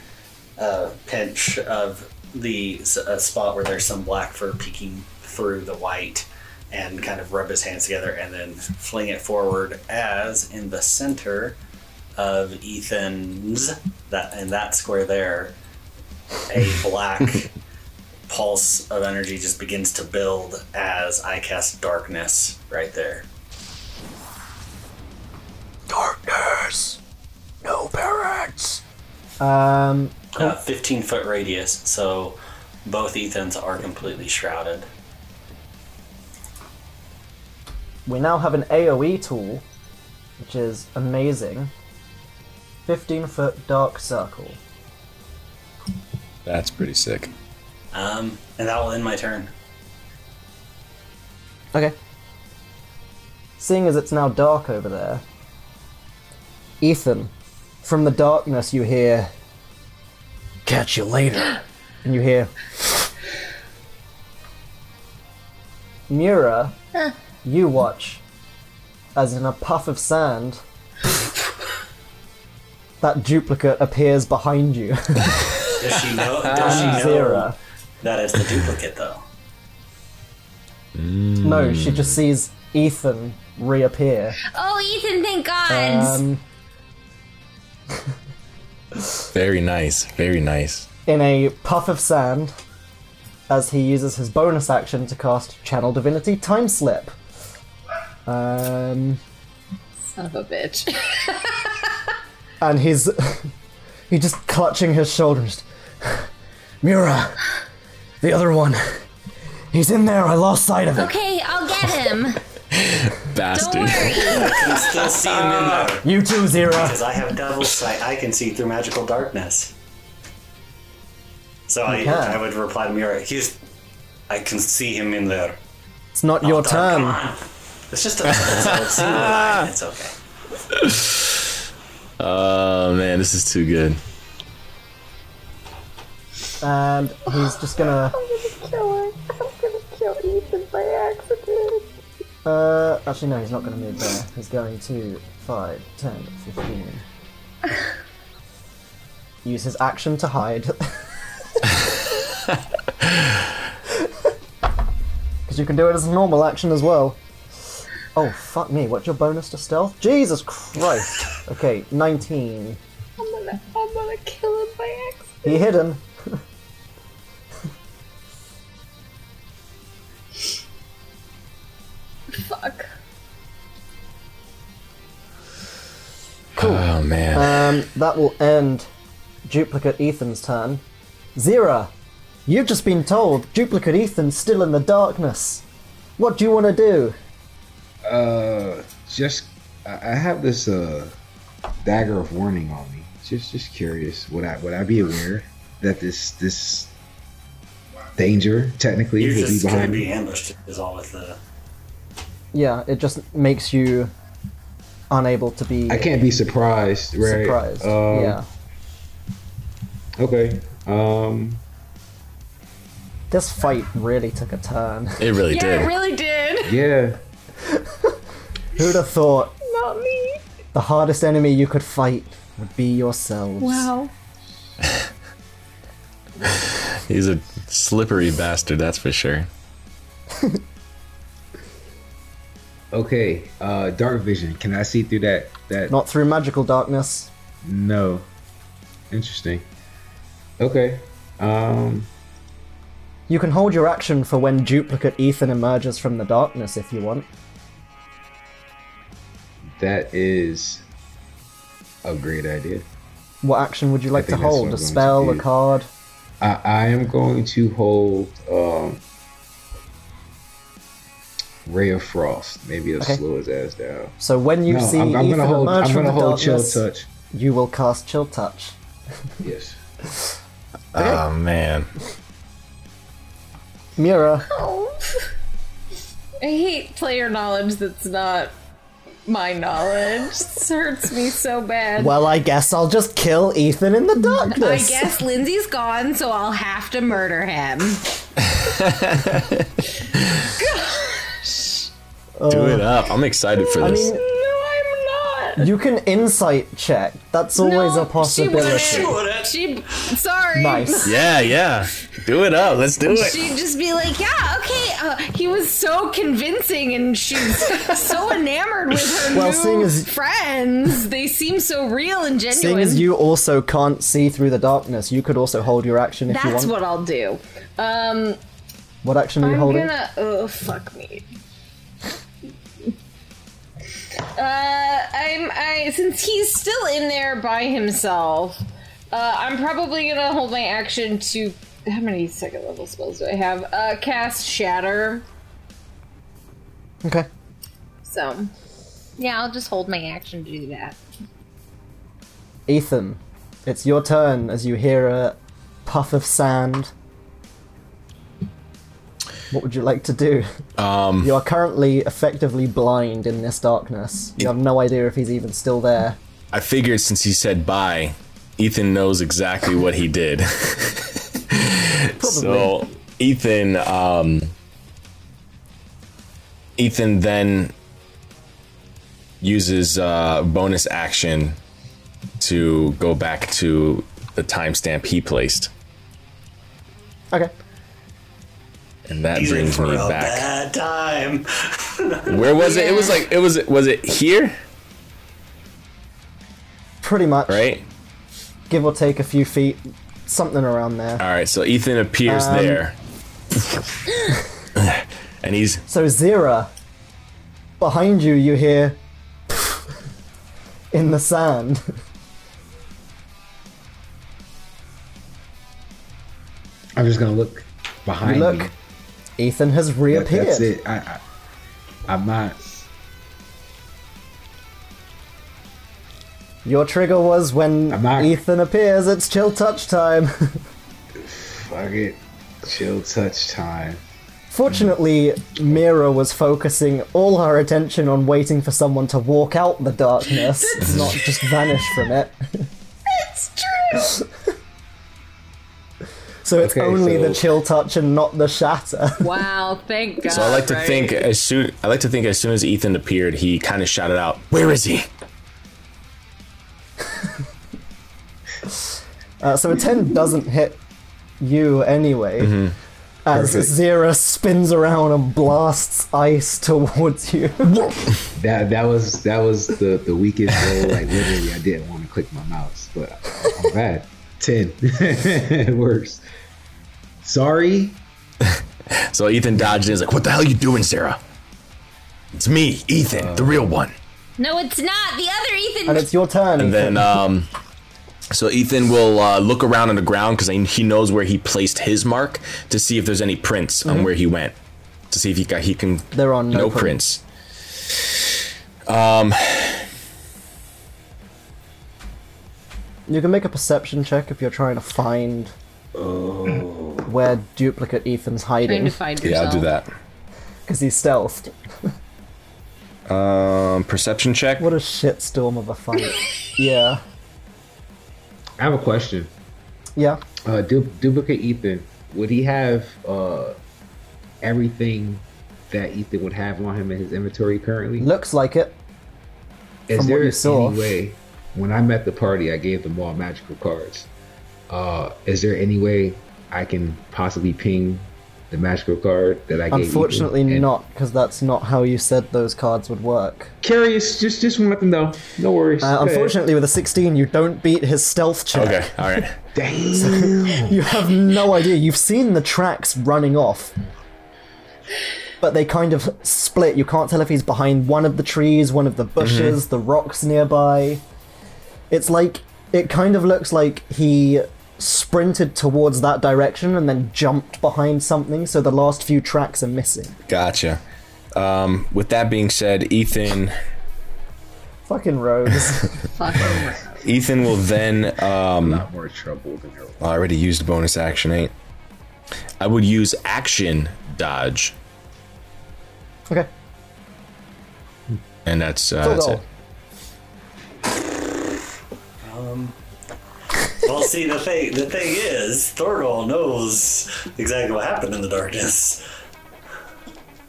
S4: a pinch of the s- a spot where there's some black fur peeking through the white and kind of rub his hands together and then fling it forward as in the center of Ethan's that in that square there a black pulse of energy just begins to build as I cast darkness right there.
S6: Darkness. No parents. Um,
S4: Uh, 15 foot radius, so both Ethans are completely shrouded.
S6: we now have an AoE tool, which is amazing. 15 foot dark circle.
S3: That's pretty sick.
S4: Um, and that will end my turn.
S6: Okay. Seeing as it's now dark over there, Ethan, from the darkness you hear, Catch you later. and you hear, Mura, you watch as in a puff of sand, that duplicate appears behind you.
S4: Does she know? Does she know
S6: Zira.
S4: that it's the duplicate though?
S6: No, she just sees Ethan reappear.
S7: Oh, Ethan, thank God.
S6: Um,
S3: Very nice. Very nice.
S6: in a puff of sand as he uses his bonus action to cast Channel Divinity Time Slip. Um,
S2: Son of a bitch.
S6: and he's he's just clutching his shoulders. Mira, the other one, he's in there. I lost sight of him.
S7: okay, I'll get him. Don't
S3: Bastard.
S7: worry.
S4: I still see him in there
S6: You too, Zira.
S4: because I have double sight. I can see through magical darkness. So I,
S6: You can.
S4: I would reply to Mira. He's. I can see him in there.
S6: It's not your
S4: Oh, darn,
S6: turn.
S4: Come on. It's just a, it's a single line. It's okay.
S3: Ah. Oh man, this is too good.
S6: And he's just gonna.
S8: I'm gonna kill her. I'm gonna kill Ethan by accident.
S6: Uh, actually, no, he's not gonna move there. He's going to 5, 10, 15. Use his action to hide. Because you can do it as a normal action as well. Oh, fuck me. What's your bonus to stealth? Jesus Christ. Okay, 19.
S8: I'm gonna, I'm gonna kill him by accident.
S6: He hidden.
S8: Fuck.
S3: Oh
S6: Uh,
S3: man.
S6: Um, that will end duplicate Ethan's turn. Zira, You've just been told duplicate Ethan's still in the darkness. What do you want to do?
S5: Uh, just I I have this uh dagger of warning on me. Just just curious, would I would I be aware that this this danger technically
S4: You're
S5: would be
S4: just gonna
S5: behind
S4: be
S5: me?
S4: ambushed. Is all with the.
S6: Yeah, it just makes you unable to be
S5: I can't be surprised, right?
S6: surprised.
S5: Um,
S6: yeah.
S5: Okay. Um.
S6: This fight really took a turn.
S3: It really
S2: Yeah,
S3: did.
S2: it really did.
S5: Yeah.
S6: Who'd have thought
S2: Not me.
S6: the hardest enemy you could fight would be yourselves?
S2: Wow.
S3: He's a slippery bastard, that's for sure.
S5: Okay. Uh, dark vision. Can I see through that? That
S6: Not through magical darkness.
S5: no. Interesting. Okay. Um.
S6: You can hold your action for when duplicate Ethan emerges from the darkness if you want.
S5: That is a great idea.
S6: What action would you like to
S5: think that's what I'm
S6: hold? A
S5: going to
S6: spell, a
S5: do.
S6: card?
S5: I, I am going to hold um, Ray of Frost. Maybe it'll
S6: Okay.
S5: slow his ass down.
S6: So when you
S5: No,
S6: see
S5: I'm, I'm
S6: Ethan
S5: gonna hold.
S6: emerge
S5: I'm
S6: from
S5: gonna
S6: the
S5: hold Chill
S6: darkness,
S5: Touch.
S6: you will cast Chill Touch.
S5: Yes.
S3: Oh man.
S6: Mira,
S2: Oh. I hate player knowledge that's not my knowledge. This hurts me so bad.
S6: well, I guess I'll just kill Ethan in the
S2: I
S6: darkness.
S2: guess Lindsay's gone, so I'll have to murder him.
S3: Do it up. I'm excited for
S6: I
S3: this.
S6: mean,
S2: No, I'm not.
S6: you can insight check. That's always
S2: No,
S6: a
S2: she
S6: possibility.
S2: wouldn't. She, sorry.
S6: Nice.
S3: yeah, yeah. Do it up. Let's do it.
S2: She'd just be like, "Yeah, okay." Uh, he was so convincing, and she's so enamored with her
S6: Well,
S2: new
S6: seeing as-
S2: friends. They seem so real and genuine.
S6: Seeing as you also can't see through the darkness, you could also hold your action if you
S2: That's
S6: want.
S2: what I'll do. Um,
S6: What action are you
S2: I'm
S6: holding?
S2: gonna. Oh, fuck me. Uh, I'm. I since he's still in there by himself. Uh, I'm probably gonna hold my action to. How many second level spells do I have? Uh, cast Shatter.
S6: Okay.
S2: So,
S7: Yeah, I'll just hold my action to do that.
S6: Ethan, it's your turn as you hear a puff of sand. What would you like to do? Um, you are currently effectively blind in this darkness. You have no idea if he's even still there.
S3: I figured since he said bye, Ethan knows exactly what he did. so Ethan, um, Ethan then uses uh, bonus action to go back to the timestamp he placed,
S6: Okay.
S3: and that
S4: He's in
S3: brings
S4: for
S3: me
S4: a
S3: back.
S4: bad time.
S3: Where was it? It was like it was. Was it here?
S6: Pretty much,
S3: Right.
S6: give or take a few feet, something around there.
S3: All right. So Ethan appears
S6: Um,
S3: there, and he's
S6: So Zira, behind you, you hear in the sand.
S5: I'm just gonna look
S6: You
S5: behind me.
S6: look, Ethan has
S5: That-
S6: reappeared.
S5: that's it. I, I, I'm not.
S6: Your trigger was when
S5: I'm not-
S6: Ethan appears. It's chill touch time.
S5: Fuck it. Chill touch time.
S6: Fortunately, Mira was focusing all her attention on waiting for someone to walk out the darkness, not just vanish from it.
S2: it's true.
S6: So it's
S5: Okay,
S6: only the
S5: so-
S6: chill touch and not the shatter.
S2: Wow, thank God.
S3: So I like to
S2: right?
S3: think as soon I like to think as soon as Ethan appeared, he kind of shouted out, "Where is he?"
S6: Uh, so a 10 doesn't hit you anyway. As
S5: Mm-hmm. Perfect.
S6: Zira spins around and blasts ice towards you.
S5: That that was that was the the weakest roll. Like literally, I didn't want to click my mouse, but I'm bad. Ten. it works. Sorry.
S3: So Ethan dodged and is like, "What the hell you doing, Sarah?" It's me, Ethan, the real one.
S7: No, it's not. The other Ethan.
S6: and it's your turn.
S3: And then um, So Ethan will uh, look around on the ground because he knows where he placed his mark to see if there's any prints on where he went to see if he got he can.
S6: Mm-hmm. There are no prints.
S3: prints.
S6: You can make a perception check if you're trying to find where duplicate Ethan's
S2: Trying to
S6: hiding
S2: find
S3: Yeah,
S2: yourself.
S3: I'll do that.
S6: because he's stealthed.
S3: Um, perception check.
S6: What a shitstorm of a fight. yeah,
S5: I have a question.
S6: yeah.
S5: Uh, du- duplicate Ethan. Would he have uh, everything that Ethan would have on him in his inventory currently?
S6: Looks like it.
S5: Is
S6: from what
S5: there
S6: you saw.
S5: any way? When I met the party, I gave them all magical cards. Uh, is there any way I can possibly ping the magical card that I gave? Ethan?
S6: Unfortunately,
S5: And-
S6: not because that's not how you said those cards would work.
S5: Curious, just just want to know. No worries. Go
S6: Uh,
S5: ahead.
S6: unfortunately, with a 16, you don't beat his stealth check.
S3: Okay, all right.
S5: Damn.
S6: You have no idea. You've seen the tracks running off. But they kind of split. You can't tell if he's behind one of the trees, one of the bushes, the rocks nearby. It's like it kind of looks like he sprinted towards that direction and then jumped behind something, so the last few tracks are missing.
S3: Gotcha. Um, with that being said, Ethan
S6: Fucking Rose.
S2: Fucking right.
S3: Ethan will then
S5: a
S3: um,
S5: lot more trouble than her.
S3: I already used bonus action eight. I would use action dodge,
S6: okay.
S3: and that's uh,
S6: Full
S3: that's
S6: goal.
S3: it.
S4: Well, see, the thing the thing is, Thorgal knows exactly what happened in the darkness.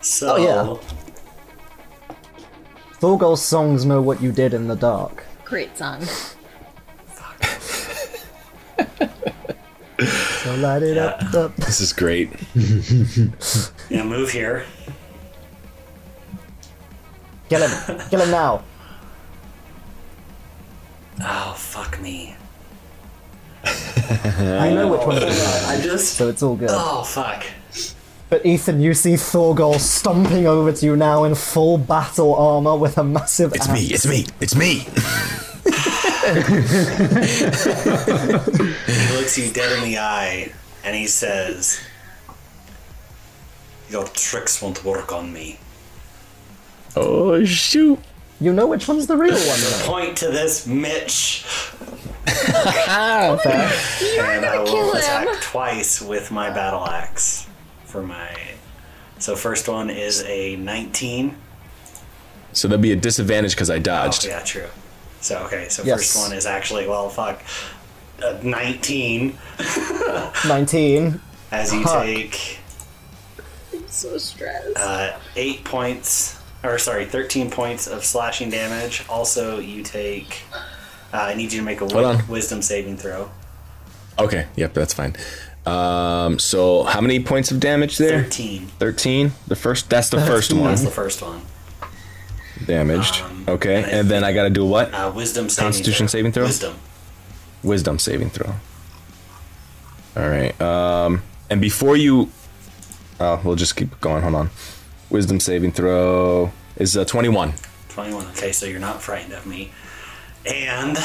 S4: So,
S6: Oh, yeah. Thorgal's songs know what you did in the dark.
S2: Great song.
S6: So light it up, up.
S3: This is great.
S4: yeah, move here.
S6: Kill him. Kill him now.
S4: Oh, fuck me.
S6: I know which one it is,
S4: I just.
S6: so it's all good.
S4: Oh, fuck.
S6: But Ethan, you see Thorgol stomping over to you now in full battle armor with a massive
S3: It's
S6: axe.
S3: me. It's me. It's me.
S4: He looks you dead in the eye and he says, Your tricks won't work on me.
S3: Oh shoot!
S6: You know which one's the real one. though.
S4: Point to this Mitch. and I will
S2: kill him.
S4: attack twice with my battle axe for my. So first one is a 19.
S3: So there'll be a disadvantage because I
S4: Oh,
S3: dodged.
S4: yeah, true. So okay, so
S6: Yes.
S4: first one is actually well, fuck, a 19
S6: Nineteen.
S4: as you
S6: Fuck.
S4: take
S2: I'm so stressed.
S4: uh, eight points, or sorry, 13 points of slashing damage. Also, you take. Uh, I need you to make a
S3: Hold
S4: wi-
S3: on.
S4: wisdom saving throw.
S3: Okay. Yep, that's fine. Um, so how many points of damage there?
S4: 13.
S3: Thirteen. The first. That's the first one.
S4: That's the first one.
S3: Damaged.
S4: Um,
S3: Okay,
S4: and I
S3: and then I gotta do what?
S4: Uh, wisdom saving.
S3: Constitution
S4: throw.
S3: saving throw?
S4: Wisdom.
S3: Wisdom saving throw. All right. Um, and before you, oh, we'll just keep going. Hold on. Wisdom saving throw is uh, twenty-one.
S4: 21. Okay, so you're not frightened of me. And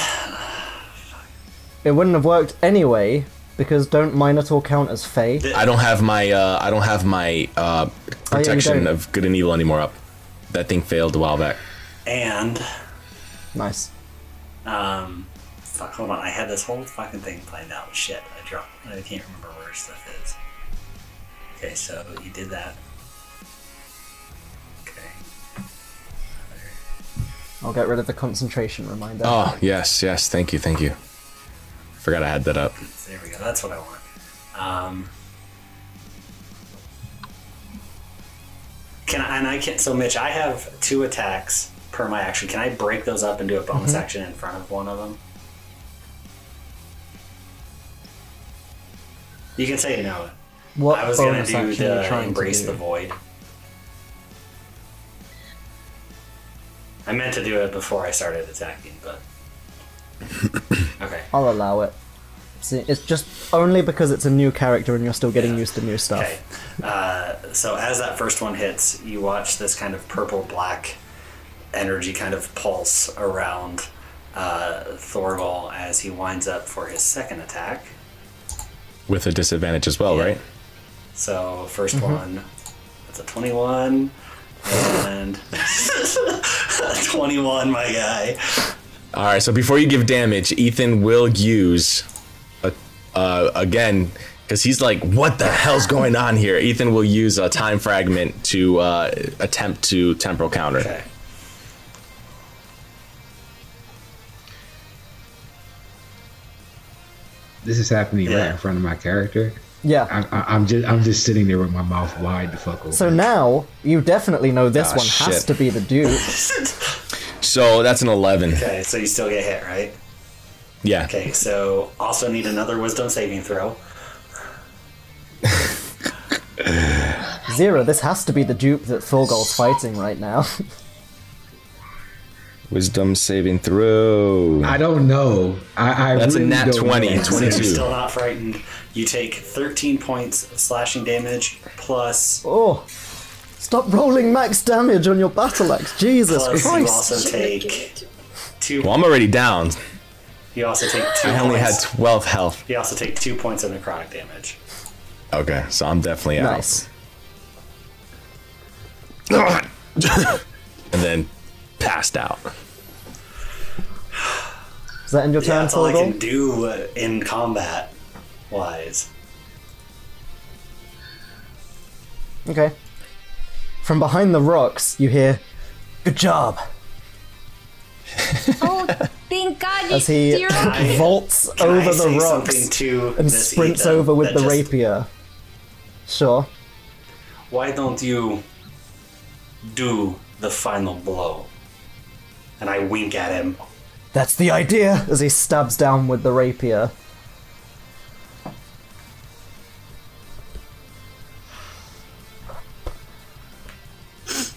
S6: It wouldn't have worked anyway because don't Minotaur count as Fey?
S3: I don't have my uh, I don't have my uh, protection
S6: don't.
S3: of good and evil anymore up. That thing failed a while back.
S4: and
S6: Nice.
S4: um, fuck. Hold on. I had this whole fucking thing planned out. Shit. I dropped. I can't remember where stuff is. Okay, so you did that. Okay.
S6: I'll get rid of the concentration reminder.
S3: Oh yes, yes. Thank you, thank you. Forgot I had that up.
S4: There we go. That's what I want. Um, can I, and I can so Mitch, I have two attacks per my action. Can I break those up and do a bonus
S6: Mm-hmm.
S4: action in front of one of them? You can say no.
S6: what
S4: I was gonna
S6: bonus
S4: do
S6: action are you
S4: the
S6: trying to
S4: embrace
S6: do?
S4: the void. I meant to do it before I started attacking, but okay.
S6: I'll allow it. See, it's just only because it's a new character and you're still getting used to new stuff.
S4: Okay. Uh, so as that first one hits, you watch this kind of purple black energy kind of pulse around uh, Thorgal as he winds up for his second attack.
S3: with a disadvantage as well, right?
S4: So 1st one, that's a twenty-one, and twenty-one, my guy.
S3: All right. So before you give damage, Ethan will use a, uh, again because he's like, "What the hell's going on here?" Ethan will use a time fragment to uh, attempt to temporal counter.
S4: Okay.
S5: This is happening right
S4: Yeah.
S5: in front of my character.
S6: Yeah.
S5: I, I, I'm just I'm just sitting there with my mouth wide the fuck open.
S6: So now you definitely know this
S3: Ah,
S6: one has
S3: shit.
S6: to be the dude.
S3: So that's an eleven.
S4: Okay, so you still get hit, right?
S3: Yeah.
S4: Okay, so also need another wisdom saving throw.
S6: Zero, this has to be the dupe that Thorgal's fighting right now.
S3: Wisdom saving throw.
S5: I don't know. I, I
S3: That's a
S5: really
S3: nat
S5: don't
S3: 20,
S5: know.
S3: 20.
S4: So
S3: 22.
S4: you're still not frightened. You take 13 points of slashing damage plus.
S6: Oh. Stop rolling max damage on your battle axe. Jesus
S4: plus you
S6: Christ.
S4: also take two.
S3: Well, I'm already down.
S4: You also take two.
S3: I only had
S4: points.
S3: twelve health.
S4: You also take two points of necrotic damage.
S3: Okay, so I'm definitely out.
S6: Nice.
S3: And then passed out.
S6: Is that in your
S4: Yeah,
S6: turn,
S4: that's all I can
S6: Thorgal?
S4: do uh, in combat wise.
S6: Okay. From behind the rocks, you hear, Good job!
S7: Oh, thank God you
S6: As he
S7: zero.
S6: vaults
S4: Can
S6: over
S4: I
S6: the
S4: say
S6: rocks
S4: something to
S6: and
S4: this
S6: sprints
S4: Ethan
S6: over with
S4: that
S6: the
S4: just-
S6: rapier. Sure.
S4: Why don't you do the final blow? And I wink at him.
S6: That's the idea! As he stabs down with the rapier.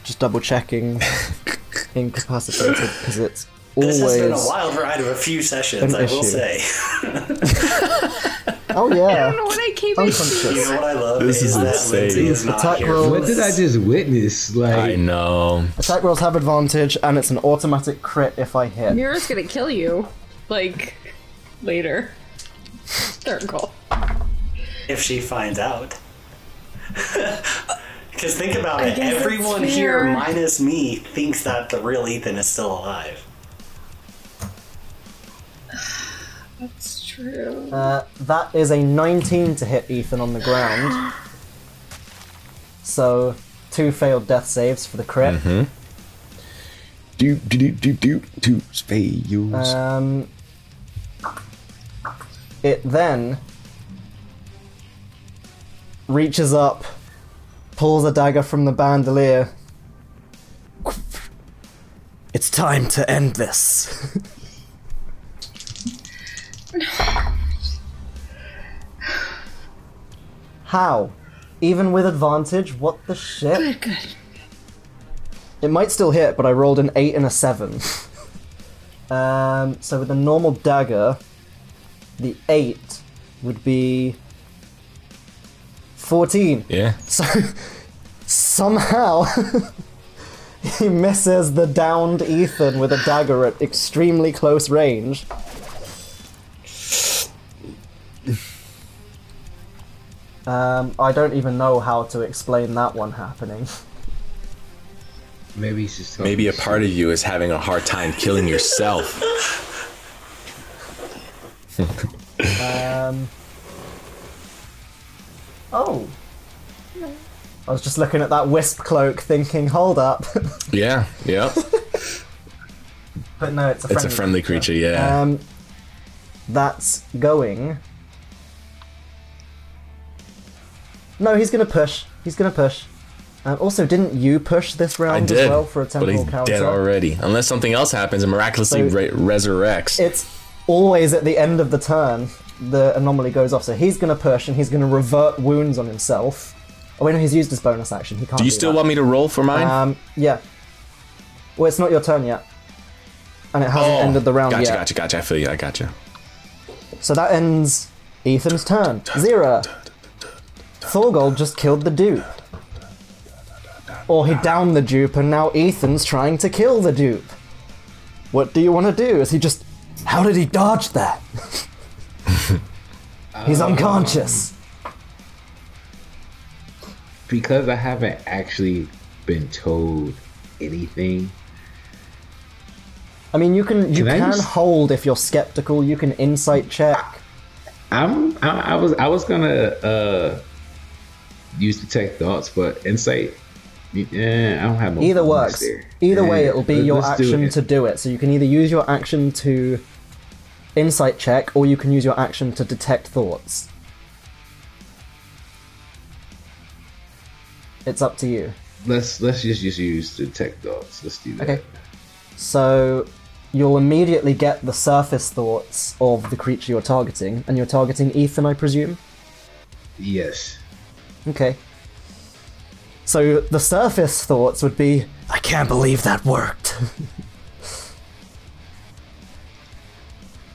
S6: Just double checking incapacitated because it's
S4: This has been a
S6: always.
S4: wild ride of a few sessions,
S6: An
S4: I will
S6: issue.
S4: say.
S6: Oh
S2: I don't
S6: yeah,
S2: know what I came
S6: unconscious.
S4: You know what I love this
S3: is
S4: is, that
S3: insane.
S4: Lindsay is not
S6: Attack
S4: here.
S6: roll.
S4: for
S5: What did I
S4: this.
S5: just witness?
S3: I
S5: Like
S3: know.
S6: Attack rolls have advantage, and it's an automatic crit if I hit.
S2: Mira's gonna kill you, like later. Circle.
S4: if she finds out. Because think about it,
S2: guess it's
S4: everyone here
S2: fair.
S4: minus me thinks that the real Ethan is still alive.
S2: It's true.
S6: Uh, that is a 19 to hit Ethan on the ground. So, two failed death saves for the crit.
S3: Mm-hmm. Do do do do do do fails.
S6: Um, it then reaches up, pulls a dagger from the bandolier. It's time to end this. How? Even with advantage? What the shit?
S2: Good, good.
S6: It might still hit, but I rolled an 8 and a 7. um, so with a normal dagger, the 8 would be 14.
S3: yeah.
S6: So somehow he misses the downed Ethan with a dagger at extremely close range. Um, I don't even know how to explain that one happening.
S5: maybe he's just talking
S3: Maybe a
S5: shit.
S3: part of you is having a hard time killing yourself.
S6: Um. Oh. I was just looking at that wisp cloak, thinking, "Hold up!"
S3: yeah. Yep.
S6: but no, it's a
S3: It's
S6: friendly.
S3: a friendly creature. Yeah.
S6: Um. That's going. No, he's gonna push. He's gonna push. Um, also, didn't you push this
S3: I
S6: round
S3: did,
S6: as well for a
S3: but he's
S6: temporal counter?
S3: dead already. Unless something else happens and miraculously
S6: So-
S3: re- resurrects.
S6: it's always at the end of the turn the anomaly goes off. So he's going to push and he's going to revert wounds on himself. Oh wait, no, he's used his bonus action. He can't.
S3: do you still
S6: that.
S3: want me to roll for mine?
S6: Um, yeah. Well, it's not your turn yet, and it hasn't ended the round
S3: Oh, gotcha,
S6: yet.
S3: Gotcha, gotcha, I feel you. I gotcha.
S6: So that ends Ethan's turn. Zira. Thorgold just killed the dupe. Or he downed the dupe, and now Ethan's trying to kill the dupe. What do you want to do? Is he just. How did he dodge that? He's
S5: Um,
S6: unconscious.
S5: because I haven't actually been told anything.
S6: I mean, you can you
S5: Can I
S6: can,
S5: just-
S6: hold if you're skeptical. You can insight check.
S5: I'm I, I was I was gonna uh use detect thoughts, but insight. Yeah, I don't have no
S6: Either
S5: bonus
S6: works.
S5: there.
S6: Either way,
S5: Yeah,
S6: it'll be
S5: let-
S6: your
S5: let's do
S6: action
S5: it.
S6: to do it. So you can either use your action to insight check, or you can use your action to detect thoughts. It's up to you.
S5: Let's let's just, just use detect thoughts. Let's do that.
S6: Okay. So you'll immediately get the surface thoughts of the creature you're targeting, and you're targeting Ethan, I presume.
S5: Yes.
S6: Okay. So the surface thoughts would be, I can't believe that worked.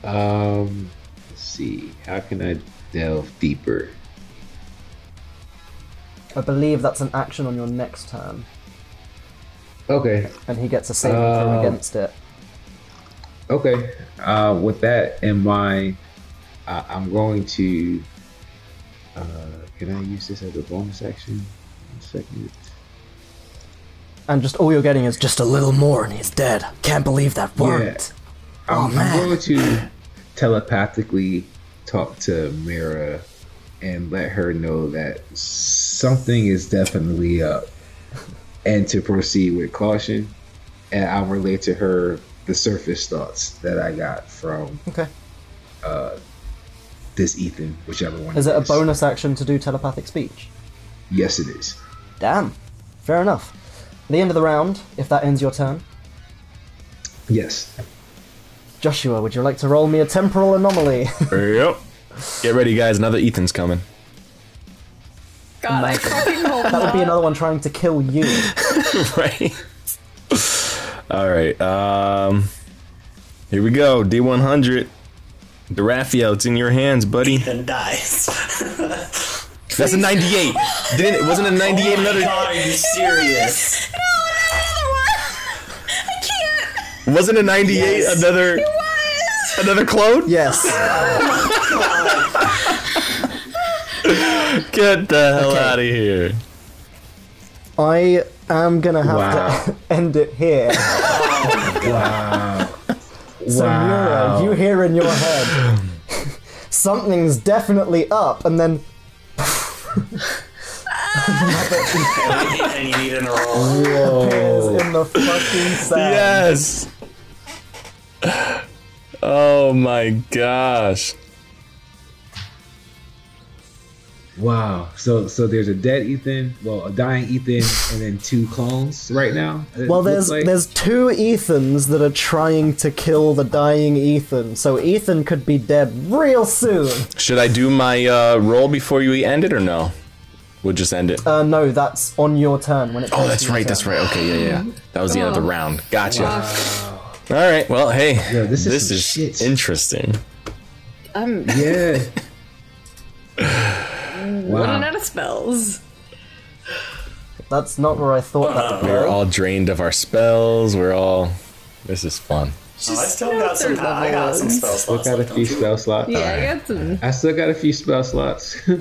S5: Um. Let's see. How can I delve deeper?
S6: I believe that's an action on your next turn,
S5: Okay.
S6: and he gets a saving throw
S5: Uh,
S6: against it.
S5: Okay. Uh, with that in mind, I, I'm going to. Uh, can I use this as a bonus action? One second.
S6: And just all you're getting is just a little more, and he's dead. Can't believe that worked. Oh,
S5: I'm, I'm
S6: man.
S5: going to telepathically talk to Mira and let her know that something is definitely up and to proceed with caution. And I'll relate to her the surface thoughts that I got from uh,
S6: Okay.
S5: this Ethan, whichever one.
S6: Is it a
S5: is.
S6: bonus action to do telepathic speech?
S5: Yes, it is.
S6: Damn. Fair enough. At the end of the round, if that ends your turn,
S5: Yes.
S6: Joshua, would you like to roll me a temporal anomaly?
S3: Yep. Get ready, guys. Another Ethan's coming.
S2: God, I fucking hope
S6: that would be
S2: not.
S6: another one trying to kill you.
S3: right? All right. Um, here we go. D100. The Raphael, it's in your hands, buddy.
S4: Then dies.
S3: That's a 98. Didn't it? Wasn't a 98 another?
S4: Oh God, are you serious?
S3: Wasn't a 98
S4: Yes.
S3: another? Another clone?
S6: yes.
S3: Get the hell
S6: Okay.
S3: out of here.
S6: I am gonna have to
S5: Wow.
S6: end it here. So Mira, you hear in your head something's definitely up, and then
S4: and you need an roll.
S6: appears in the fucking sand.
S3: Yes. Oh my gosh.
S5: Wow. So so there's a dead Ethan, well a dying Ethan, and then two clones right now. it
S6: Well,
S5: looks
S6: there's
S5: like.
S6: there's two Ethans that are trying to kill the dying Ethan, so Ethan could be dead real soon.
S3: Should I do my uh, roll before you end it or no? We'll just end it.
S6: Uh, no, that's on your turn when it.
S3: Oh, that's right. That's right. Okay, yeah, yeah. That was the end of the round. Gotcha. All right. Well, hey,
S5: Yo,
S3: this is,
S5: this is some shit.
S3: interesting.
S2: I'm
S5: yeah.
S2: running
S5: wow.
S2: out of spells.
S6: That's not where I thought that would be.
S3: We're all drained of our spells. We're all. This is fun.
S4: Oh, I still got some.
S2: third level
S4: I got some
S2: ones.
S4: spell
S5: Still
S4: slots.
S5: got a
S4: left,
S5: few
S4: don't you?
S5: spell slots.
S2: Yeah, I got some.
S5: I still got a few spell slots.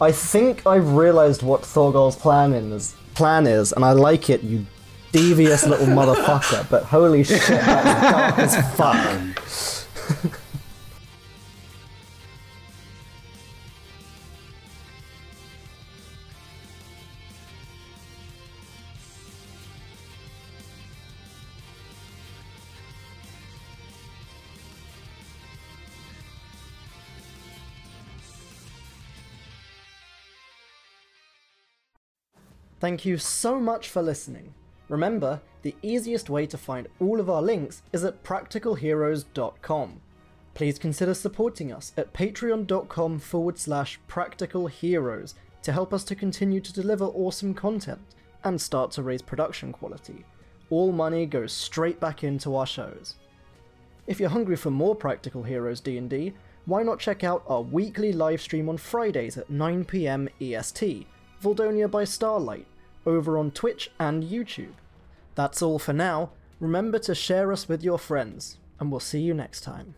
S6: I think I've realized what Thorgol's plan is. Plan is, and I like it. You devious little motherfucker. But holy shit, that's dark as fuck. Thank you so much for listening. Remember, the easiest way to find all of our links is at practicalheroes.com. Please consider supporting us at patreon.com forward slash practicalheroes to help us to continue to deliver awesome content and start to raise production quality. All money goes straight back into our shows. If you're hungry for more Practical Heroes D&D, why not check out our weekly live stream on Fridays at 9pm EST, Voldonia by Starlight, over on Twitch and YouTube. That's all for now.
S1: Remember to share us with your friends, and we'll see you next time.